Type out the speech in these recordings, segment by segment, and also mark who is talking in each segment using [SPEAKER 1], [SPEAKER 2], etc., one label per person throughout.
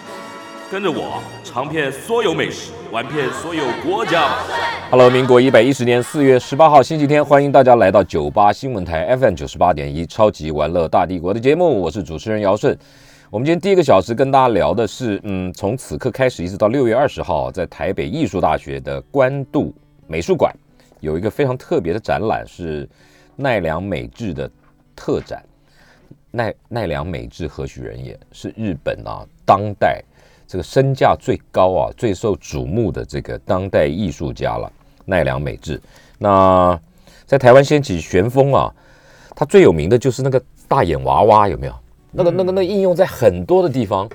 [SPEAKER 1] 跟着我尝遍所有美食，玩遍所有国家吧。
[SPEAKER 2] Hello，民国一百一十年四月十八号星期天，欢迎大家来到九八新闻台 FM 九十八点一超级玩乐大帝国的节目，我是主持人姚顺。我们今天第一个小时跟大家聊的是，嗯，从此刻开始一直到六月二十号，在台北艺术大学的关渡美术馆有一个非常特别的展览，是奈良美智的特展。奈奈良美智何许人也？是日本啊当代这个身价最高啊、最受瞩目的这个当代艺术家了。奈良美智，那在台湾掀起旋风啊，他最有名的就是那个大眼娃娃，有没有？那个、那个、那个应用在很多的地方。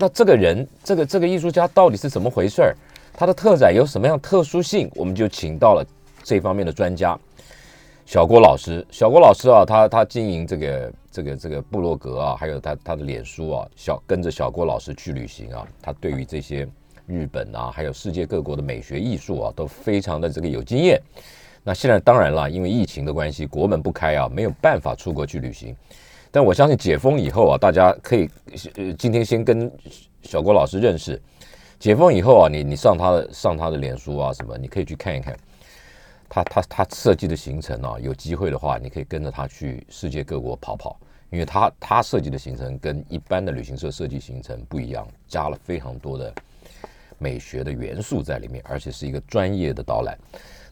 [SPEAKER 2] 那这个人，这个这个艺术家到底是怎么回事儿？他的特展有什么样特殊性？我们就请到了这方面的专家，小郭老师。小郭老师啊，他他经营这个这个这个部落格啊，还有他他的脸书啊，小跟着小郭老师去旅行啊，他对于这些日本啊，还有世界各国的美学艺术啊，都非常的这个有经验。那现在当然了，因为疫情的关系，国门不开啊，没有办法出国去旅行。但我相信解封以后啊，大家可以呃今天先跟小郭老师认识。解封以后啊，你你上他的上他的脸书啊什么，你可以去看一看。他他他设计的行程啊，有机会的话，你可以跟着他去世界各国跑跑，因为他他设计的行程跟一般的旅行社设计行程不一样，加了非常多的美学的元素在里面，而且是一个专业的导览。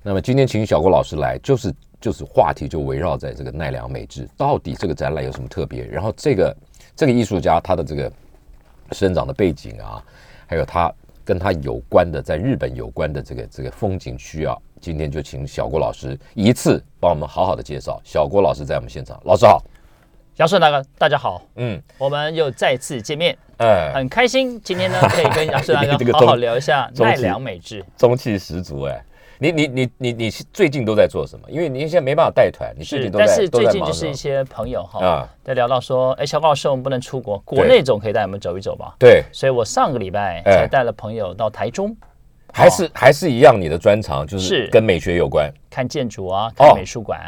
[SPEAKER 2] 那么今天请小郭老师来，就是就是话题就围绕在这个奈良美智，到底这个展览有什么特别？然后这个这个艺术家他的这个生长的背景啊，还有他跟他有关的在日本有关的这个这个风景区啊，今天就请小郭老师一次帮我们好好的介绍。小郭老师在我们现场，老师好，
[SPEAKER 3] 姚顺大哥，大家好，
[SPEAKER 2] 嗯，
[SPEAKER 3] 我们又再次见面，
[SPEAKER 2] 哎，
[SPEAKER 3] 很开心。今天呢，可以跟姚顺大
[SPEAKER 2] 这个
[SPEAKER 3] 哥
[SPEAKER 2] 中
[SPEAKER 3] 好好聊一下
[SPEAKER 2] 中
[SPEAKER 3] 奈
[SPEAKER 2] 气
[SPEAKER 3] 良美智。
[SPEAKER 2] 中气十足哎。你你你你你是最近都在做什么？因为你现在没办法带团，你最
[SPEAKER 3] 是，
[SPEAKER 2] 近都
[SPEAKER 3] 但
[SPEAKER 2] 在
[SPEAKER 3] 是
[SPEAKER 2] 都
[SPEAKER 3] 最
[SPEAKER 2] 在
[SPEAKER 3] 近
[SPEAKER 2] 忙
[SPEAKER 3] 就
[SPEAKER 2] 什
[SPEAKER 3] 是
[SPEAKER 2] 么
[SPEAKER 3] 一些朋友哈，
[SPEAKER 2] 啊，
[SPEAKER 3] 在聊到说，哎，小高老师，我们不能出国，国
[SPEAKER 2] 对
[SPEAKER 3] 内总可以带我们走一走吧。
[SPEAKER 2] 对，
[SPEAKER 3] 所以我上个礼拜
[SPEAKER 2] 哎
[SPEAKER 3] 才带了朋友到台中
[SPEAKER 2] 还
[SPEAKER 3] 哦
[SPEAKER 2] 是还是一样，你的专长就是
[SPEAKER 3] 是
[SPEAKER 2] 跟美学有关。
[SPEAKER 3] 看建筑啊，
[SPEAKER 2] 哦
[SPEAKER 3] 看美术馆。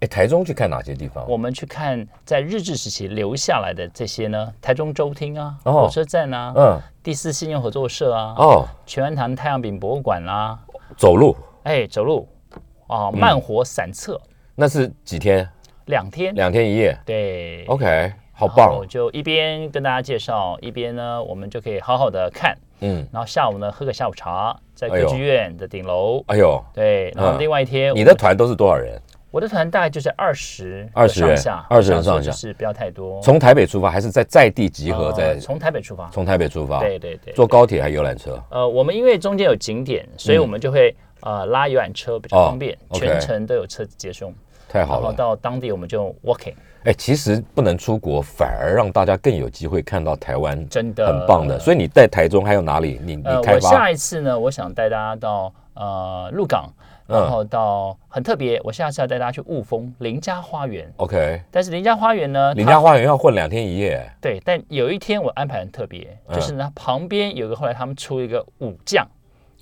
[SPEAKER 2] 哎，台中去看哪些地方？
[SPEAKER 3] 我们去看在日治时期留下来的这些呢，台中州厅啊，
[SPEAKER 2] 哦
[SPEAKER 3] 火车站啊，
[SPEAKER 2] 嗯，
[SPEAKER 3] 第四信用合作社啊，
[SPEAKER 2] 哦，
[SPEAKER 3] 全安堂太阳饼博物馆啦、
[SPEAKER 2] 走路
[SPEAKER 3] 哎，走路
[SPEAKER 2] 嗯
[SPEAKER 3] 哦，慢活散策、
[SPEAKER 2] 那是几天？
[SPEAKER 3] 两天，
[SPEAKER 2] 两天一夜。
[SPEAKER 3] 对
[SPEAKER 2] OK，好
[SPEAKER 3] 然
[SPEAKER 2] 棒哦
[SPEAKER 3] 后。就一边跟大家介绍，一边呢，我们就可以好好的看，
[SPEAKER 2] 嗯，
[SPEAKER 3] 然后下午呢喝个下午茶，在
[SPEAKER 2] 哎
[SPEAKER 3] 歌
[SPEAKER 2] 呦
[SPEAKER 3] 剧院的顶楼。
[SPEAKER 2] 哎呦，
[SPEAKER 3] 对，然后
[SPEAKER 2] 嗯
[SPEAKER 3] 另外一天，
[SPEAKER 2] 你的团都是多少人？
[SPEAKER 3] 我的团大概就在二十
[SPEAKER 2] 20人
[SPEAKER 3] 上下，
[SPEAKER 2] 20人
[SPEAKER 3] 想说
[SPEAKER 2] 上下
[SPEAKER 3] 就是不要太多。
[SPEAKER 2] 从台北出发还是在在地集合？
[SPEAKER 3] 呃
[SPEAKER 2] 在
[SPEAKER 3] 从台北出发，
[SPEAKER 2] 从台北出发，
[SPEAKER 3] 对对对，
[SPEAKER 2] 坐
[SPEAKER 3] 对
[SPEAKER 2] 高铁还游览车？
[SPEAKER 3] 呃，我们因为中间有景点，所以我们就会呃拉游览车比较
[SPEAKER 2] 哦
[SPEAKER 3] 方便，
[SPEAKER 2] ，OK
[SPEAKER 3] 全程都有车子接送。
[SPEAKER 2] 太好
[SPEAKER 3] 然后
[SPEAKER 2] 了。
[SPEAKER 3] 到当地我们就 walking，
[SPEAKER 2] 哎，其实不能出国，反而让大家更有机会看到台湾，
[SPEAKER 3] 真的
[SPEAKER 2] 很棒的。所以你在台中还有哪里？你你
[SPEAKER 3] 呃，
[SPEAKER 2] 开
[SPEAKER 3] 我
[SPEAKER 2] 发
[SPEAKER 3] 下一次呢，我想带大家到呃鹿港，
[SPEAKER 2] 嗯
[SPEAKER 3] 然后到、很特别，我下次要带大家去雾峰林家花园。
[SPEAKER 2] ？OK，
[SPEAKER 3] 但是林家花园呢，
[SPEAKER 2] 林
[SPEAKER 3] 它
[SPEAKER 2] 家花园要混两天一夜。
[SPEAKER 3] 对，但有一天我安排很特别，就是
[SPEAKER 2] 嗯
[SPEAKER 3] 呢旁边有个后来他们出一个武将。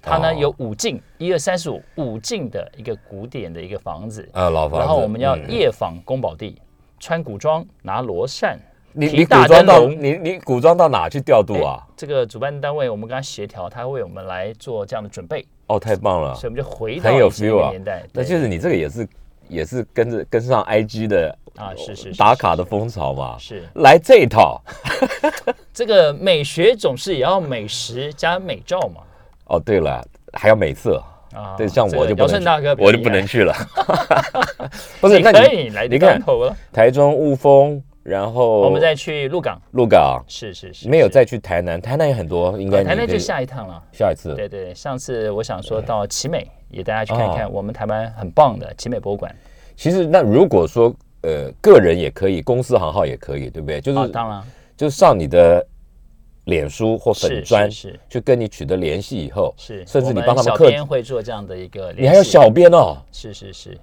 [SPEAKER 3] 它呢
[SPEAKER 2] 哦
[SPEAKER 3] 有五进，一二三四五五进的一个古典的一个房子，
[SPEAKER 2] 呃，老房子。
[SPEAKER 3] 然后我们要
[SPEAKER 2] 嗯
[SPEAKER 3] 夜访宫保地，穿古装，拿罗扇。
[SPEAKER 2] 你
[SPEAKER 3] 提
[SPEAKER 2] 你古
[SPEAKER 3] 大
[SPEAKER 2] 装
[SPEAKER 3] 灯
[SPEAKER 2] 到
[SPEAKER 3] 笼哎
[SPEAKER 2] 你你古装到哪去调度啊？
[SPEAKER 3] 这个主办单位我们跟他协调，他为我们来做这样的准备，
[SPEAKER 2] 哦，太棒了
[SPEAKER 3] 所以，我们就回到
[SPEAKER 2] 很有
[SPEAKER 3] 以前那
[SPEAKER 2] feel
[SPEAKER 3] 个
[SPEAKER 2] 啊
[SPEAKER 3] 年代。！
[SPEAKER 2] 那
[SPEAKER 3] 对
[SPEAKER 2] 就是你这个也是也是跟着跟上 IG 的
[SPEAKER 3] 啊是是是
[SPEAKER 2] 打卡的风潮嘛，
[SPEAKER 3] 是
[SPEAKER 2] 来这一套
[SPEAKER 3] 这个美学总是也要美食加美照嘛。
[SPEAKER 2] 哦。对了，还要美色，
[SPEAKER 3] 啊，
[SPEAKER 2] 对，像我就不
[SPEAKER 3] 姚
[SPEAKER 2] 能
[SPEAKER 3] 顺大
[SPEAKER 2] 去，
[SPEAKER 3] 哥比较
[SPEAKER 2] 我就
[SPEAKER 3] 厉
[SPEAKER 2] 不能
[SPEAKER 3] 害。
[SPEAKER 2] 去了。 不是，
[SPEAKER 3] 你
[SPEAKER 2] 那
[SPEAKER 3] 可以来
[SPEAKER 2] 你
[SPEAKER 3] 当
[SPEAKER 2] 看
[SPEAKER 3] 头了，
[SPEAKER 2] 台中雾峰，然后
[SPEAKER 3] 我们再去鹿港。
[SPEAKER 2] 鹿港，
[SPEAKER 3] 是是是，
[SPEAKER 2] 没有
[SPEAKER 3] 是
[SPEAKER 2] 再去台南，台南也很多，应该
[SPEAKER 3] 呃
[SPEAKER 2] 你
[SPEAKER 3] 台南
[SPEAKER 2] 可以
[SPEAKER 3] 就下一趟了。
[SPEAKER 2] 下一次。
[SPEAKER 3] 对对，上次我想说到奇美，也带大家去
[SPEAKER 2] 哦
[SPEAKER 3] 看一看我们台湾很棒的奇美博物馆。
[SPEAKER 2] 其实那如果说
[SPEAKER 3] 哦
[SPEAKER 2] 呃个人也可以，公司行号也可以，对不对？就是
[SPEAKER 3] 啊，当然，
[SPEAKER 2] 就上你的脸书或粉
[SPEAKER 3] 是
[SPEAKER 2] 砖
[SPEAKER 3] 是是
[SPEAKER 2] 去跟你取得联系以后，
[SPEAKER 3] 是，
[SPEAKER 2] 甚至
[SPEAKER 3] 我
[SPEAKER 2] 你帮他们
[SPEAKER 3] 小
[SPEAKER 2] 客，
[SPEAKER 3] 编会做这样的一个联系，
[SPEAKER 2] 你还有小编哦，
[SPEAKER 3] 是是是，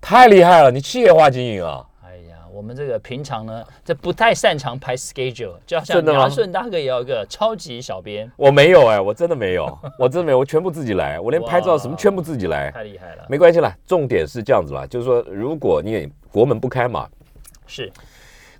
[SPEAKER 2] 太厉害了，你企业化经营啊，
[SPEAKER 3] 哎呀，我们这个平常呢，这不太擅长排 schedule，就好像
[SPEAKER 2] 真的吗
[SPEAKER 3] 杨顺大哥也有一个超级小编，
[SPEAKER 2] 我没有哎，我真的没有，我真的没有，我全部自己来，我连
[SPEAKER 3] 哇
[SPEAKER 2] 拍照什么全部自己来，
[SPEAKER 3] 太厉害了，
[SPEAKER 2] 没关系啦。重点是这样子啦，就是说如果你也国门不开嘛，
[SPEAKER 3] 是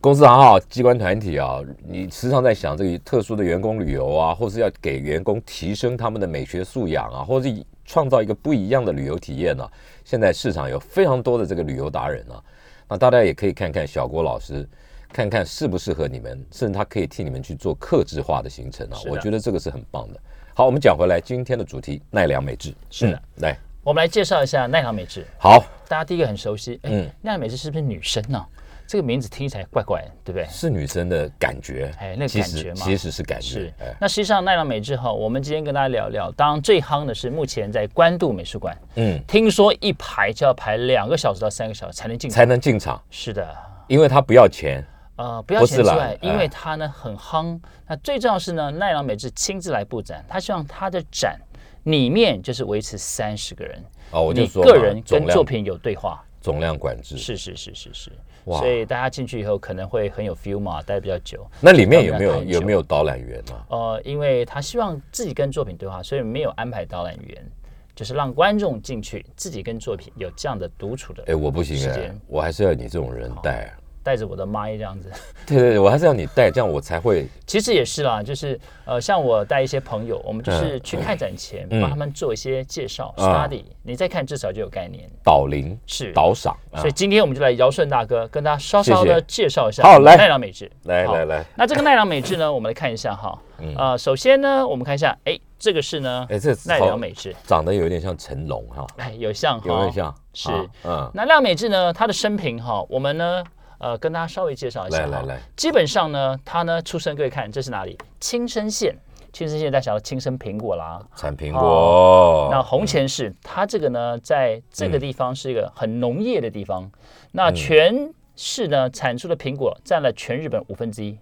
[SPEAKER 2] 公司行号、机关团体啊，你时常在想这个特殊的员工旅游啊，或是要给员工提升他们的美学素养啊，或是以创造一个不一样的旅游体验呢、啊现在市场有非常多的这个旅游达人啊，那大家也可以看看小郭老师，看看适不适合你们，甚至他可以替你们去做克制化的行程啊
[SPEAKER 3] 是。的
[SPEAKER 2] 我觉得这个是很棒的。好，我们讲回来今天的主题奈良美智。
[SPEAKER 3] 是的
[SPEAKER 2] 嗯来，
[SPEAKER 3] 我们来介绍一下奈良美智，
[SPEAKER 2] 好，
[SPEAKER 3] 大家第一个很熟悉，哎、
[SPEAKER 2] 嗯
[SPEAKER 3] 奈良美智是不是女生呢、这个名字听起来怪怪的，对不对？
[SPEAKER 2] 是女生的感觉，
[SPEAKER 3] 哎那个
[SPEAKER 2] 其
[SPEAKER 3] 感
[SPEAKER 2] 实
[SPEAKER 3] 觉嘛
[SPEAKER 2] 其实是感
[SPEAKER 3] 是
[SPEAKER 2] 觉，哎，
[SPEAKER 3] 那实际上奈良美智哈，我们今天跟大家聊聊，当然最夯的是目前在关渡美术馆，
[SPEAKER 2] 嗯，
[SPEAKER 3] 听说一排就要排两个小时到三个小时才能进场。
[SPEAKER 2] 才能进场。
[SPEAKER 3] 是的，
[SPEAKER 2] 因为他不要钱，
[SPEAKER 3] 呃，不要
[SPEAKER 2] 不
[SPEAKER 3] 钱
[SPEAKER 2] 是
[SPEAKER 3] 之
[SPEAKER 2] 啦
[SPEAKER 3] 外，因
[SPEAKER 2] 哎
[SPEAKER 3] 为它呢很夯。那最重要是呢，奈良美智亲自来布展，他希望他的展里面就是维持三十个人，
[SPEAKER 2] 哦，我就
[SPEAKER 3] 你
[SPEAKER 2] 说
[SPEAKER 3] 个
[SPEAKER 2] 嘛
[SPEAKER 3] 人
[SPEAKER 2] 总
[SPEAKER 3] 跟
[SPEAKER 2] 量
[SPEAKER 3] 作品有对话。
[SPEAKER 2] 总量管制。
[SPEAKER 3] 是是是是是，
[SPEAKER 2] 哇
[SPEAKER 3] 所以大家进去以后可能会很有 feel 嘛，待得比较久。
[SPEAKER 2] 那里面有没
[SPEAKER 3] 总
[SPEAKER 2] 有
[SPEAKER 3] 量太久
[SPEAKER 2] 有没有导览员呢、
[SPEAKER 3] 呃，因为他希望自己跟作品对话，所以没有安排导览员，就是让观众进去自己跟作品有这样的独处的。
[SPEAKER 2] 哎，我不行
[SPEAKER 3] 时
[SPEAKER 2] 哎
[SPEAKER 3] 间，
[SPEAKER 2] 我还是要你这种人带。啊
[SPEAKER 3] 带着我的麦这样子，
[SPEAKER 2] 对对对，我还是要你带，这样我才会
[SPEAKER 3] 其实也是啦，就是呃，像我带一些朋友，我们就是去看展前
[SPEAKER 2] 嗯
[SPEAKER 3] 帮他们做一些介绍、
[SPEAKER 2] 啊
[SPEAKER 3] study，你再看至少就有概念。
[SPEAKER 2] 导聆、
[SPEAKER 3] 是，
[SPEAKER 2] 导赏。啊
[SPEAKER 3] 所以今天我们就来尧舜大哥跟大家稍稍
[SPEAKER 2] 谢谢
[SPEAKER 3] 的介绍一下
[SPEAKER 2] 好来
[SPEAKER 3] 奈良美智。
[SPEAKER 2] 来
[SPEAKER 3] 好
[SPEAKER 2] 来来，
[SPEAKER 3] 那这个奈良美智呢，我们来看一下哈。呃，首先呢，我们看一下，哎，这个是呢，
[SPEAKER 2] 嗯哎，这
[SPEAKER 3] 奈
[SPEAKER 2] 好
[SPEAKER 3] 良美智，
[SPEAKER 2] 长得有点像成龙哈，
[SPEAKER 3] 哎，有像哈，
[SPEAKER 2] 有没有像？
[SPEAKER 3] 是
[SPEAKER 2] 啊嗯，
[SPEAKER 3] 那亮美智呢，她的生平哈，我们呢，呃，跟大家稍微介绍一下哈。
[SPEAKER 2] 来来来
[SPEAKER 3] 基本上呢，她呢出生，各位看这是哪里？青森县，青森县大家想到青森苹果啦。
[SPEAKER 2] 产苹果。
[SPEAKER 3] 那红前市，它这个呢，在这
[SPEAKER 2] 嗯
[SPEAKER 3] 个地方是一个很农业的地方。那全市呢产出的苹果占了全日本五分之一，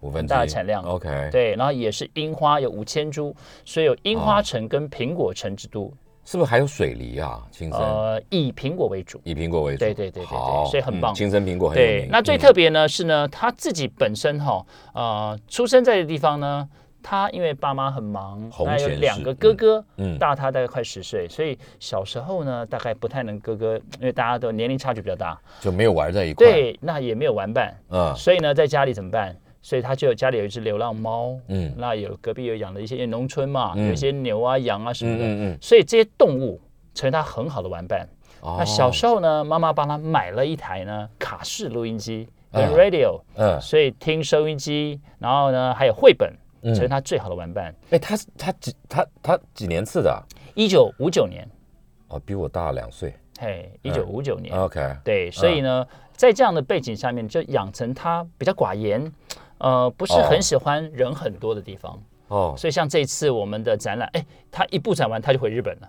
[SPEAKER 2] 五分之一
[SPEAKER 3] 大的产量
[SPEAKER 2] OK，
[SPEAKER 3] 对，然后也是樱花有五千株，所以有樱花城跟苹果城之都，
[SPEAKER 2] 是不是还有水梨啊？青森
[SPEAKER 3] 呃，以苹果为主。
[SPEAKER 2] 以苹果为主。
[SPEAKER 3] 对对对对对
[SPEAKER 2] 好
[SPEAKER 3] 所以很
[SPEAKER 2] 嗯
[SPEAKER 3] 棒
[SPEAKER 2] 青森苹果很有
[SPEAKER 3] 对
[SPEAKER 2] 名，
[SPEAKER 3] 那
[SPEAKER 2] 嗯
[SPEAKER 3] 最特别呢是呢，他自己本身哈，呃，出生在的地方呢，他因为爸妈很忙，
[SPEAKER 2] 红
[SPEAKER 3] 那有
[SPEAKER 2] 前
[SPEAKER 3] 两
[SPEAKER 2] 市
[SPEAKER 3] 个哥哥，
[SPEAKER 2] 嗯嗯
[SPEAKER 3] 大他大概快十岁，所以小时候呢，大概不太能哥哥，因为大家都年龄差距比较大，
[SPEAKER 2] 就没有玩在一块。，
[SPEAKER 3] 对，那也没有玩伴，
[SPEAKER 2] 嗯，
[SPEAKER 3] 所以呢，在家里怎么办？所以他就有家里有一只流浪猫，
[SPEAKER 2] 嗯
[SPEAKER 3] 那有隔壁有养的一些，因为农村嘛，
[SPEAKER 2] 嗯
[SPEAKER 3] 有一些牛啊、羊啊什么的，
[SPEAKER 2] 嗯嗯嗯
[SPEAKER 3] 所以这些动物成为他很好的玩伴。那
[SPEAKER 2] 那
[SPEAKER 3] 小时候呢，妈妈帮他买了一台呢卡式录音机跟
[SPEAKER 2] 啊
[SPEAKER 3] radio，、
[SPEAKER 2] 嗯，
[SPEAKER 3] 所以听收音机，然后呢还有绘本，
[SPEAKER 2] 嗯
[SPEAKER 3] 成为他最好的玩伴。
[SPEAKER 2] 哎，他是他几他他几年次的啊？
[SPEAKER 3] 一九五九年，
[SPEAKER 2] 哦，比我大两岁。
[SPEAKER 3] 嘿，
[SPEAKER 2] 嗯
[SPEAKER 3] 一九五九年，
[SPEAKER 2] OK，
[SPEAKER 3] 对，所以呢，在这样的背景下面，就养成他比较寡言，呃，不是很喜欢人很多的地方。
[SPEAKER 2] 哦，
[SPEAKER 3] 所以像这次我们的展览，哎，他一布展完他就回日本了，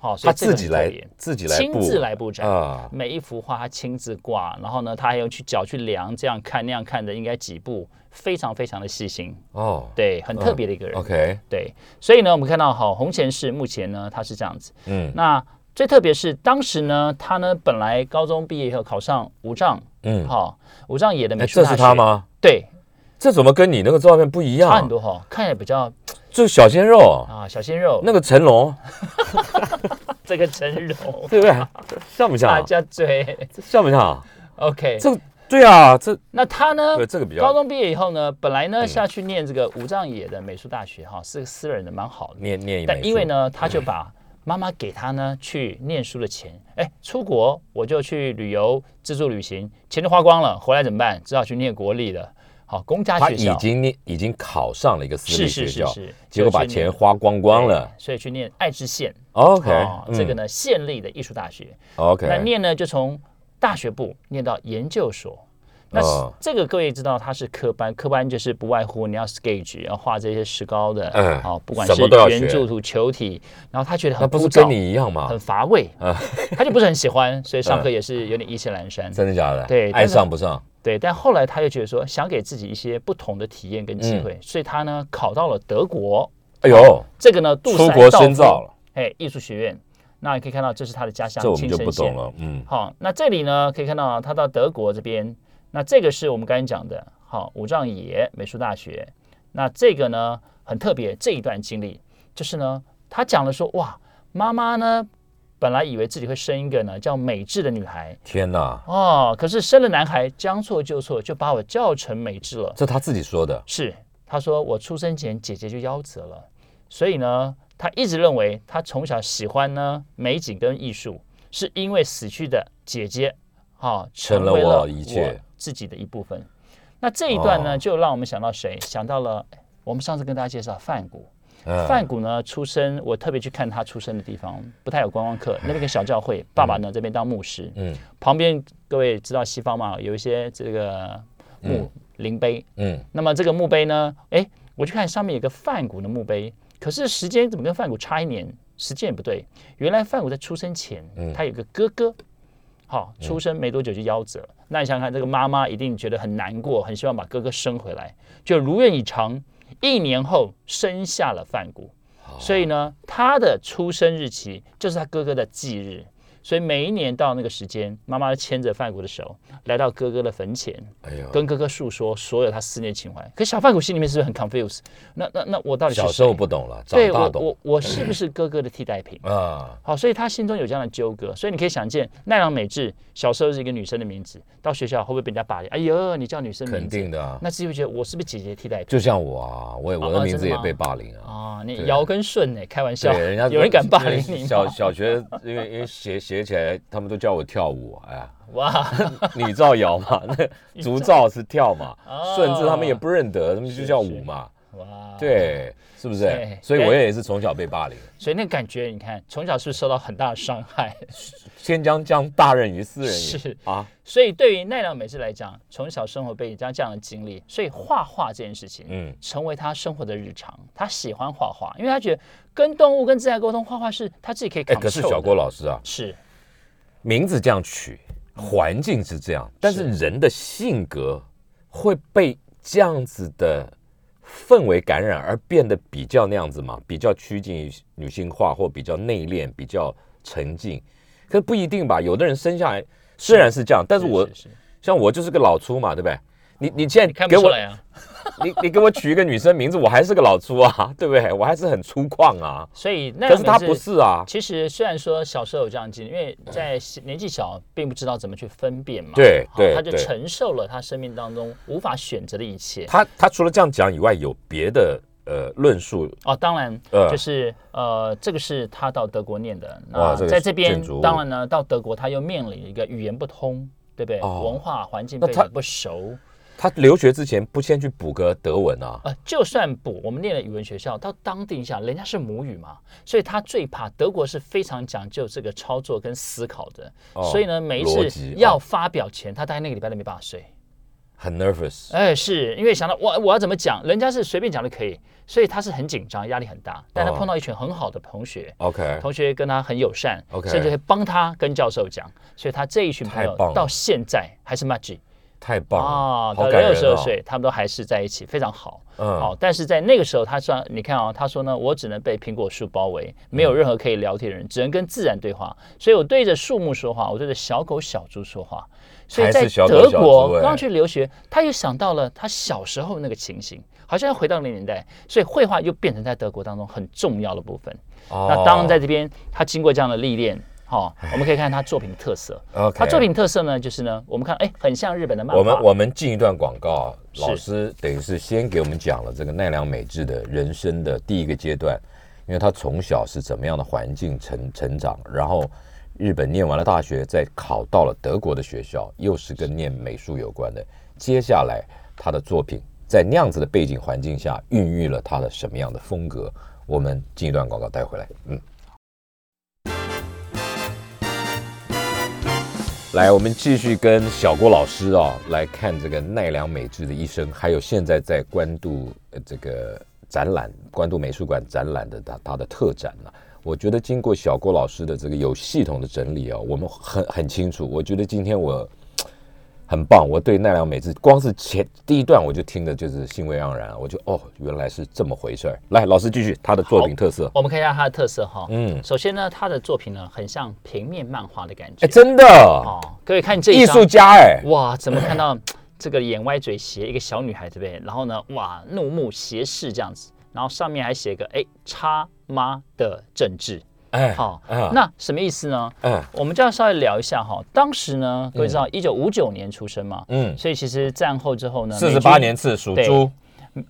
[SPEAKER 3] 好、
[SPEAKER 2] 他
[SPEAKER 3] 所以这个
[SPEAKER 2] 自
[SPEAKER 3] 很
[SPEAKER 2] 己
[SPEAKER 3] 特
[SPEAKER 2] 来
[SPEAKER 3] 别
[SPEAKER 2] 自己来
[SPEAKER 3] 亲
[SPEAKER 2] 布
[SPEAKER 3] 自来布展。
[SPEAKER 2] 啊，
[SPEAKER 3] 每一幅画他亲自挂，然后呢，他还用去脚去量，这样看那样看的应该几步，非常非常的细心，
[SPEAKER 2] 哦，
[SPEAKER 3] 对，很特别的一个人。
[SPEAKER 2] ，OK，
[SPEAKER 3] 对，所以呢，我们看到好红前市目前呢，他是这样子。
[SPEAKER 2] 嗯
[SPEAKER 3] 那最特别是当时呢，他呢本来高中毕业以后考上武藏，
[SPEAKER 2] 嗯，
[SPEAKER 3] 好、武藏野的
[SPEAKER 2] 哎，
[SPEAKER 3] 美术
[SPEAKER 2] 这
[SPEAKER 3] 大学。
[SPEAKER 2] 是他？吗？
[SPEAKER 3] 对，
[SPEAKER 2] 这怎么跟你那个照片不一样？
[SPEAKER 3] 差很，多哈、看起来比较
[SPEAKER 2] 这是小鲜肉，
[SPEAKER 3] 啊小鲜肉，
[SPEAKER 2] 那个成龙，
[SPEAKER 3] 这个 真容，
[SPEAKER 2] 对不 对？像不
[SPEAKER 3] 大
[SPEAKER 2] 像？
[SPEAKER 3] 家追。
[SPEAKER 2] 像不像？
[SPEAKER 3] OK，
[SPEAKER 2] 这对啊，这
[SPEAKER 3] 那他呢？
[SPEAKER 2] 对这个比较
[SPEAKER 3] 高
[SPEAKER 2] 嗯
[SPEAKER 3] 中毕业以后呢，本来呢下去念这个武藏野的美术大学哈，是个私人的，蛮好的。
[SPEAKER 2] 念念一嗯
[SPEAKER 3] 但因为，呢，他就把妈妈给他呢去念书的钱，哎，出国我就去旅游自助旅行，钱都花光了，回来怎么办？只好去念国立的，好公家
[SPEAKER 2] 他
[SPEAKER 3] 学
[SPEAKER 2] 已
[SPEAKER 3] 校。
[SPEAKER 2] 经念已经考上了一个私立学
[SPEAKER 3] 是是是
[SPEAKER 2] 校，
[SPEAKER 3] 是，
[SPEAKER 2] 结果把钱花光光了。
[SPEAKER 3] 对，所以去念爱知县
[SPEAKER 2] OK，
[SPEAKER 3] 哦这个
[SPEAKER 2] 嗯
[SPEAKER 3] 呢县立的艺术大学。那
[SPEAKER 2] ，OK，
[SPEAKER 3] 念呢就从大学部念到研究所。那
[SPEAKER 2] 哦
[SPEAKER 3] 这个各位知道它是科班，科班就是不外乎你要 sketch，要画这些石膏的，
[SPEAKER 2] 嗯
[SPEAKER 3] 好、不管
[SPEAKER 2] 什
[SPEAKER 3] 是
[SPEAKER 2] 么都要学
[SPEAKER 3] 圆柱体、球体，然后他觉得
[SPEAKER 2] 那
[SPEAKER 3] 很
[SPEAKER 2] 不是
[SPEAKER 3] 枯燥
[SPEAKER 2] 跟你一样吗
[SPEAKER 3] 很？乏味，
[SPEAKER 2] 啊 嗯
[SPEAKER 3] 他就不是很喜欢，所以上课也是有点意兴阑珊。
[SPEAKER 2] 真的假的？
[SPEAKER 3] 对
[SPEAKER 2] 爱
[SPEAKER 3] 但是哦
[SPEAKER 2] 上不上？
[SPEAKER 3] 对，但后来他又觉得说，想给自己一些不同的体验跟机会，
[SPEAKER 2] 嗯
[SPEAKER 3] 所以他呢考到了德国
[SPEAKER 2] 哎呦，
[SPEAKER 3] 这个呢杜
[SPEAKER 2] 出
[SPEAKER 3] 塞
[SPEAKER 2] 国
[SPEAKER 3] 道
[SPEAKER 2] 深
[SPEAKER 3] 夫
[SPEAKER 2] 造了，
[SPEAKER 3] 哎，艺术学院。那你可以看到，这是他的家乡
[SPEAKER 2] 这我们
[SPEAKER 3] 青
[SPEAKER 2] 就
[SPEAKER 3] 森
[SPEAKER 2] 不
[SPEAKER 3] 县
[SPEAKER 2] 懂。了。嗯，
[SPEAKER 3] 好，那这里呢可以看到啊他到德国这边，那这个是我们刚才讲的，好，五丈野美术大学。那这个呢很特别，这一段经历就是呢，他讲了说，哇，妈妈呢本来以为自己会生一个呢叫美智的女孩
[SPEAKER 2] 天哪，
[SPEAKER 3] 哦，可是生了男孩，将错就错，就把我叫成美智了。
[SPEAKER 2] 这他自己说的。
[SPEAKER 3] 是，他说我出生前姐姐就夭折了，所以呢，他一直认为他从小喜欢呢美景跟艺术，是因为死去的姐姐啊成
[SPEAKER 2] 成了
[SPEAKER 3] 为
[SPEAKER 2] 我
[SPEAKER 3] 了
[SPEAKER 2] 一切
[SPEAKER 3] 自己的一部分。那这一段呢，
[SPEAKER 2] 哦
[SPEAKER 3] 就让我们想到谁？想到了我们上次跟大家介绍范谷。
[SPEAKER 2] 嗯，
[SPEAKER 3] 范谷呢出生，我特别去看他出生的地方，不太有观光客。那边一个小教会，爸爸呢这边当牧师，
[SPEAKER 2] 嗯，
[SPEAKER 3] 旁边各位知道西方嘛，有一些这个墓灵碑，
[SPEAKER 2] 嗯，
[SPEAKER 3] 那么这个墓碑呢，哎，我去看上面有个范谷的墓碑，可是时间怎么跟范谷差一年？时间也不对，原来范谷在出生前，他有个哥哥，好、出生没多久就夭折。那你想想看，这个妈妈一定觉得很难过，很希望把哥哥生回来，就如愿以偿。一年后生下了范谷，所以呢，他的出生日期就是他哥哥的忌日。所以每一年到那个时间，妈妈牵着范谷的手来到哥哥的坟前，
[SPEAKER 2] 哎呦，
[SPEAKER 3] 跟哥哥诉说所有他思念情怀。可小范谷心里面是不是很 confused？那那那我到底是
[SPEAKER 2] 小时
[SPEAKER 3] 谁
[SPEAKER 2] 候不懂了，长
[SPEAKER 3] 对
[SPEAKER 2] 大
[SPEAKER 3] 我
[SPEAKER 2] 懂
[SPEAKER 3] 我我是 不是哥哥的替代品？
[SPEAKER 2] 啊。
[SPEAKER 3] 好，所以他心中有这样的纠葛，所以你可以想见，奈良美智小时候是一个女生的名字，到学校会不会被人家霸凌？哎呦，你叫女生名
[SPEAKER 2] 肯
[SPEAKER 3] 字，
[SPEAKER 2] 定的啊，
[SPEAKER 3] 那自己会觉得我是不是姐姐替代品？
[SPEAKER 2] 就像我啊，我也我
[SPEAKER 3] 嗯啊
[SPEAKER 2] 的
[SPEAKER 3] 啊
[SPEAKER 2] 名字
[SPEAKER 3] 真的
[SPEAKER 2] 也
[SPEAKER 3] 吗
[SPEAKER 2] 被霸凌 啊。
[SPEAKER 3] 啊，你
[SPEAKER 2] 对
[SPEAKER 3] 尧跟舜呢？开玩笑，
[SPEAKER 2] 对，人家
[SPEAKER 3] 有人敢霸凌你
[SPEAKER 2] 小
[SPEAKER 3] 吗？
[SPEAKER 2] 小学，因为因为写写起来，他们都叫我跳舞，哎呀，
[SPEAKER 3] 哇，
[SPEAKER 2] 女造谣嘛，那竹造是跳嘛
[SPEAKER 3] 哦，
[SPEAKER 2] 顺治他们也不认得，他们就叫舞嘛，
[SPEAKER 3] 哇，，
[SPEAKER 2] 对，是不是
[SPEAKER 3] 对？
[SPEAKER 2] 所以我也是从小被霸凌，
[SPEAKER 3] 所以那个感觉，你看从小是不是受到很大的伤害？
[SPEAKER 2] 先将将大任于斯人也
[SPEAKER 3] 是
[SPEAKER 2] 啊，
[SPEAKER 3] 所以对于奈良美智来讲，从小生活背景加这样的经历，所以画画这件事情，
[SPEAKER 2] 嗯
[SPEAKER 3] 成为他生活的日常。他喜欢画画，因为他觉得跟动物、跟自然沟通，画画是他自己可以
[SPEAKER 2] 哎，
[SPEAKER 3] 感受。
[SPEAKER 2] 可是小郭老师啊，
[SPEAKER 3] 是
[SPEAKER 2] 名字这样取，环境是这样，但是人的性格会被这样子的氛围感染而变得比较那样子吗？比较趋近于女性化，或比较内敛，比较沉静？可不一定吧，有的人生下来虽然是这样，但是我
[SPEAKER 3] 是是
[SPEAKER 2] 像我就是个老粗嘛，对不对？你你现
[SPEAKER 3] 你看
[SPEAKER 2] 在给
[SPEAKER 3] 不出
[SPEAKER 2] 我
[SPEAKER 3] 来啊。
[SPEAKER 2] 你你给我取一个女生名字，我还是个老粗啊，对不对？我还是很粗犷啊。
[SPEAKER 3] 所以奈
[SPEAKER 2] 可
[SPEAKER 3] 良
[SPEAKER 2] 是
[SPEAKER 3] 美智
[SPEAKER 2] 他不是啊，
[SPEAKER 3] 其实虽然说小时候有这样的经历，因为在年纪小，并不知道怎么去分辨嘛。
[SPEAKER 2] 对
[SPEAKER 3] 好
[SPEAKER 2] 对
[SPEAKER 3] 他就
[SPEAKER 2] 对
[SPEAKER 3] 承受了他生命当中无法选择的一切。
[SPEAKER 2] 他他除了这样讲以外，有别的呃论述
[SPEAKER 3] 哦，当然，
[SPEAKER 2] 呃
[SPEAKER 3] 就是呃，这个是他到德国念的。
[SPEAKER 2] 哇
[SPEAKER 3] 那
[SPEAKER 2] 这个
[SPEAKER 3] 在
[SPEAKER 2] 是
[SPEAKER 3] 这边
[SPEAKER 2] 建筑，物
[SPEAKER 3] 当然呢，到德国他又面临一个语言不通，对不对？
[SPEAKER 2] 哦
[SPEAKER 3] 文化环境
[SPEAKER 2] 那
[SPEAKER 3] 背
[SPEAKER 2] 他
[SPEAKER 3] 景不熟。
[SPEAKER 2] 他留学之前不先去补个德文啊？
[SPEAKER 3] 呃，就算补我们念了语文学校，到当地一下，人家是母语嘛，所以他最怕德国是非常讲究这个操作跟思考的。
[SPEAKER 2] 哦
[SPEAKER 3] 所以呢，每一
[SPEAKER 2] 逻
[SPEAKER 3] 次
[SPEAKER 2] 辑
[SPEAKER 3] 要
[SPEAKER 2] 哦
[SPEAKER 3] 发表前，他大概那个礼拜都没办法睡。
[SPEAKER 2] 很 nervous，
[SPEAKER 3] 哎，是因为想到我我要怎么讲，人家是随便讲都可以，所以他是很紧张，压力很大。但他
[SPEAKER 2] 哦
[SPEAKER 3] 碰到一群很好的同学，
[SPEAKER 2] OK，
[SPEAKER 3] 同学跟他很友善
[SPEAKER 2] OK
[SPEAKER 3] 甚至会帮他跟教授讲，所以他这一群朋友
[SPEAKER 2] 太棒了
[SPEAKER 3] 到现在还是 Maggie
[SPEAKER 2] 太棒了，
[SPEAKER 3] 到
[SPEAKER 2] 好感
[SPEAKER 3] 六
[SPEAKER 2] 人
[SPEAKER 3] 十二
[SPEAKER 2] 啊！
[SPEAKER 3] 岁，他们都还是在一起，非常好。好、
[SPEAKER 2] 嗯，
[SPEAKER 3] 但是在那个时候，他算你看啊、他说呢，我只能被苹果树包围，没有任何可以聊天的人，只能跟自然对话。所以我对着树木说话，我对着小狗小猪说话。所以
[SPEAKER 2] 还
[SPEAKER 3] 在
[SPEAKER 2] 是小狗
[SPEAKER 3] 德
[SPEAKER 2] 小
[SPEAKER 3] 国
[SPEAKER 2] 猪哎
[SPEAKER 3] 刚去留学，他又想到了他小时候那个情形，好像又回到那个年代，所以绘画又变成在德国当中很重要的部分。
[SPEAKER 2] 哦
[SPEAKER 3] 那当然，在这边他经过这样的历练，好、
[SPEAKER 2] 哎
[SPEAKER 3] 我们可以看他作品的特色。
[SPEAKER 2] o k
[SPEAKER 3] 他作品特色呢，就是呢，我们看，哎，很像日本的漫画。
[SPEAKER 2] 我们我们进一段广告，
[SPEAKER 3] 是
[SPEAKER 2] 老师等于是先给我们讲了这个奈良美智的人生的第一个阶段，因为他从小是怎么样的环境成成长，然后日本念完了大学，再考到了德国的学校，又是跟念美术有关的。接下来他的作品在那样子的背景环境下，孕育了他的什么样的风格？我们进一段广告带回来，嗯。来，我们继续跟小郭老师啊、来看这个奈良美智的一生，还有现在在关渡呃这个展览，关渡美术馆展览的他他的特展呢、我觉得经过小郭哦老师的这个有系统的整理啊、我们很很清楚。我觉得今天我很棒。我对奈良美智，光是前第一段我就听的就是兴味盎然，我就哦，原来是这么回事儿。来，老师继续他的作品特色。
[SPEAKER 3] 我们看一下它的特色哈。
[SPEAKER 2] 嗯
[SPEAKER 3] 嗯，首先呢，它的作品呢很像平面漫画的感觉。
[SPEAKER 2] 哎，真的，
[SPEAKER 3] 哦，各位看这一
[SPEAKER 2] 艺
[SPEAKER 3] 张
[SPEAKER 2] 术家哎，
[SPEAKER 3] 哇，怎么看到 这个眼歪嘴斜一个小女孩对不对？然后呢，哇，怒目斜视这样子，然后上面还写个哎叉妈的政治。
[SPEAKER 2] 哎，
[SPEAKER 3] 好、
[SPEAKER 2] 嗯
[SPEAKER 3] 那什么意思呢？
[SPEAKER 2] 嗯
[SPEAKER 3] 我们就要稍微聊一下哈。当时呢，各位知道，一九五九年出生嘛，
[SPEAKER 2] 嗯，
[SPEAKER 3] 所以其实战后之后呢，
[SPEAKER 2] 四
[SPEAKER 3] 呃美
[SPEAKER 2] 十
[SPEAKER 3] 军
[SPEAKER 2] 八年次属
[SPEAKER 3] 对
[SPEAKER 2] 猪，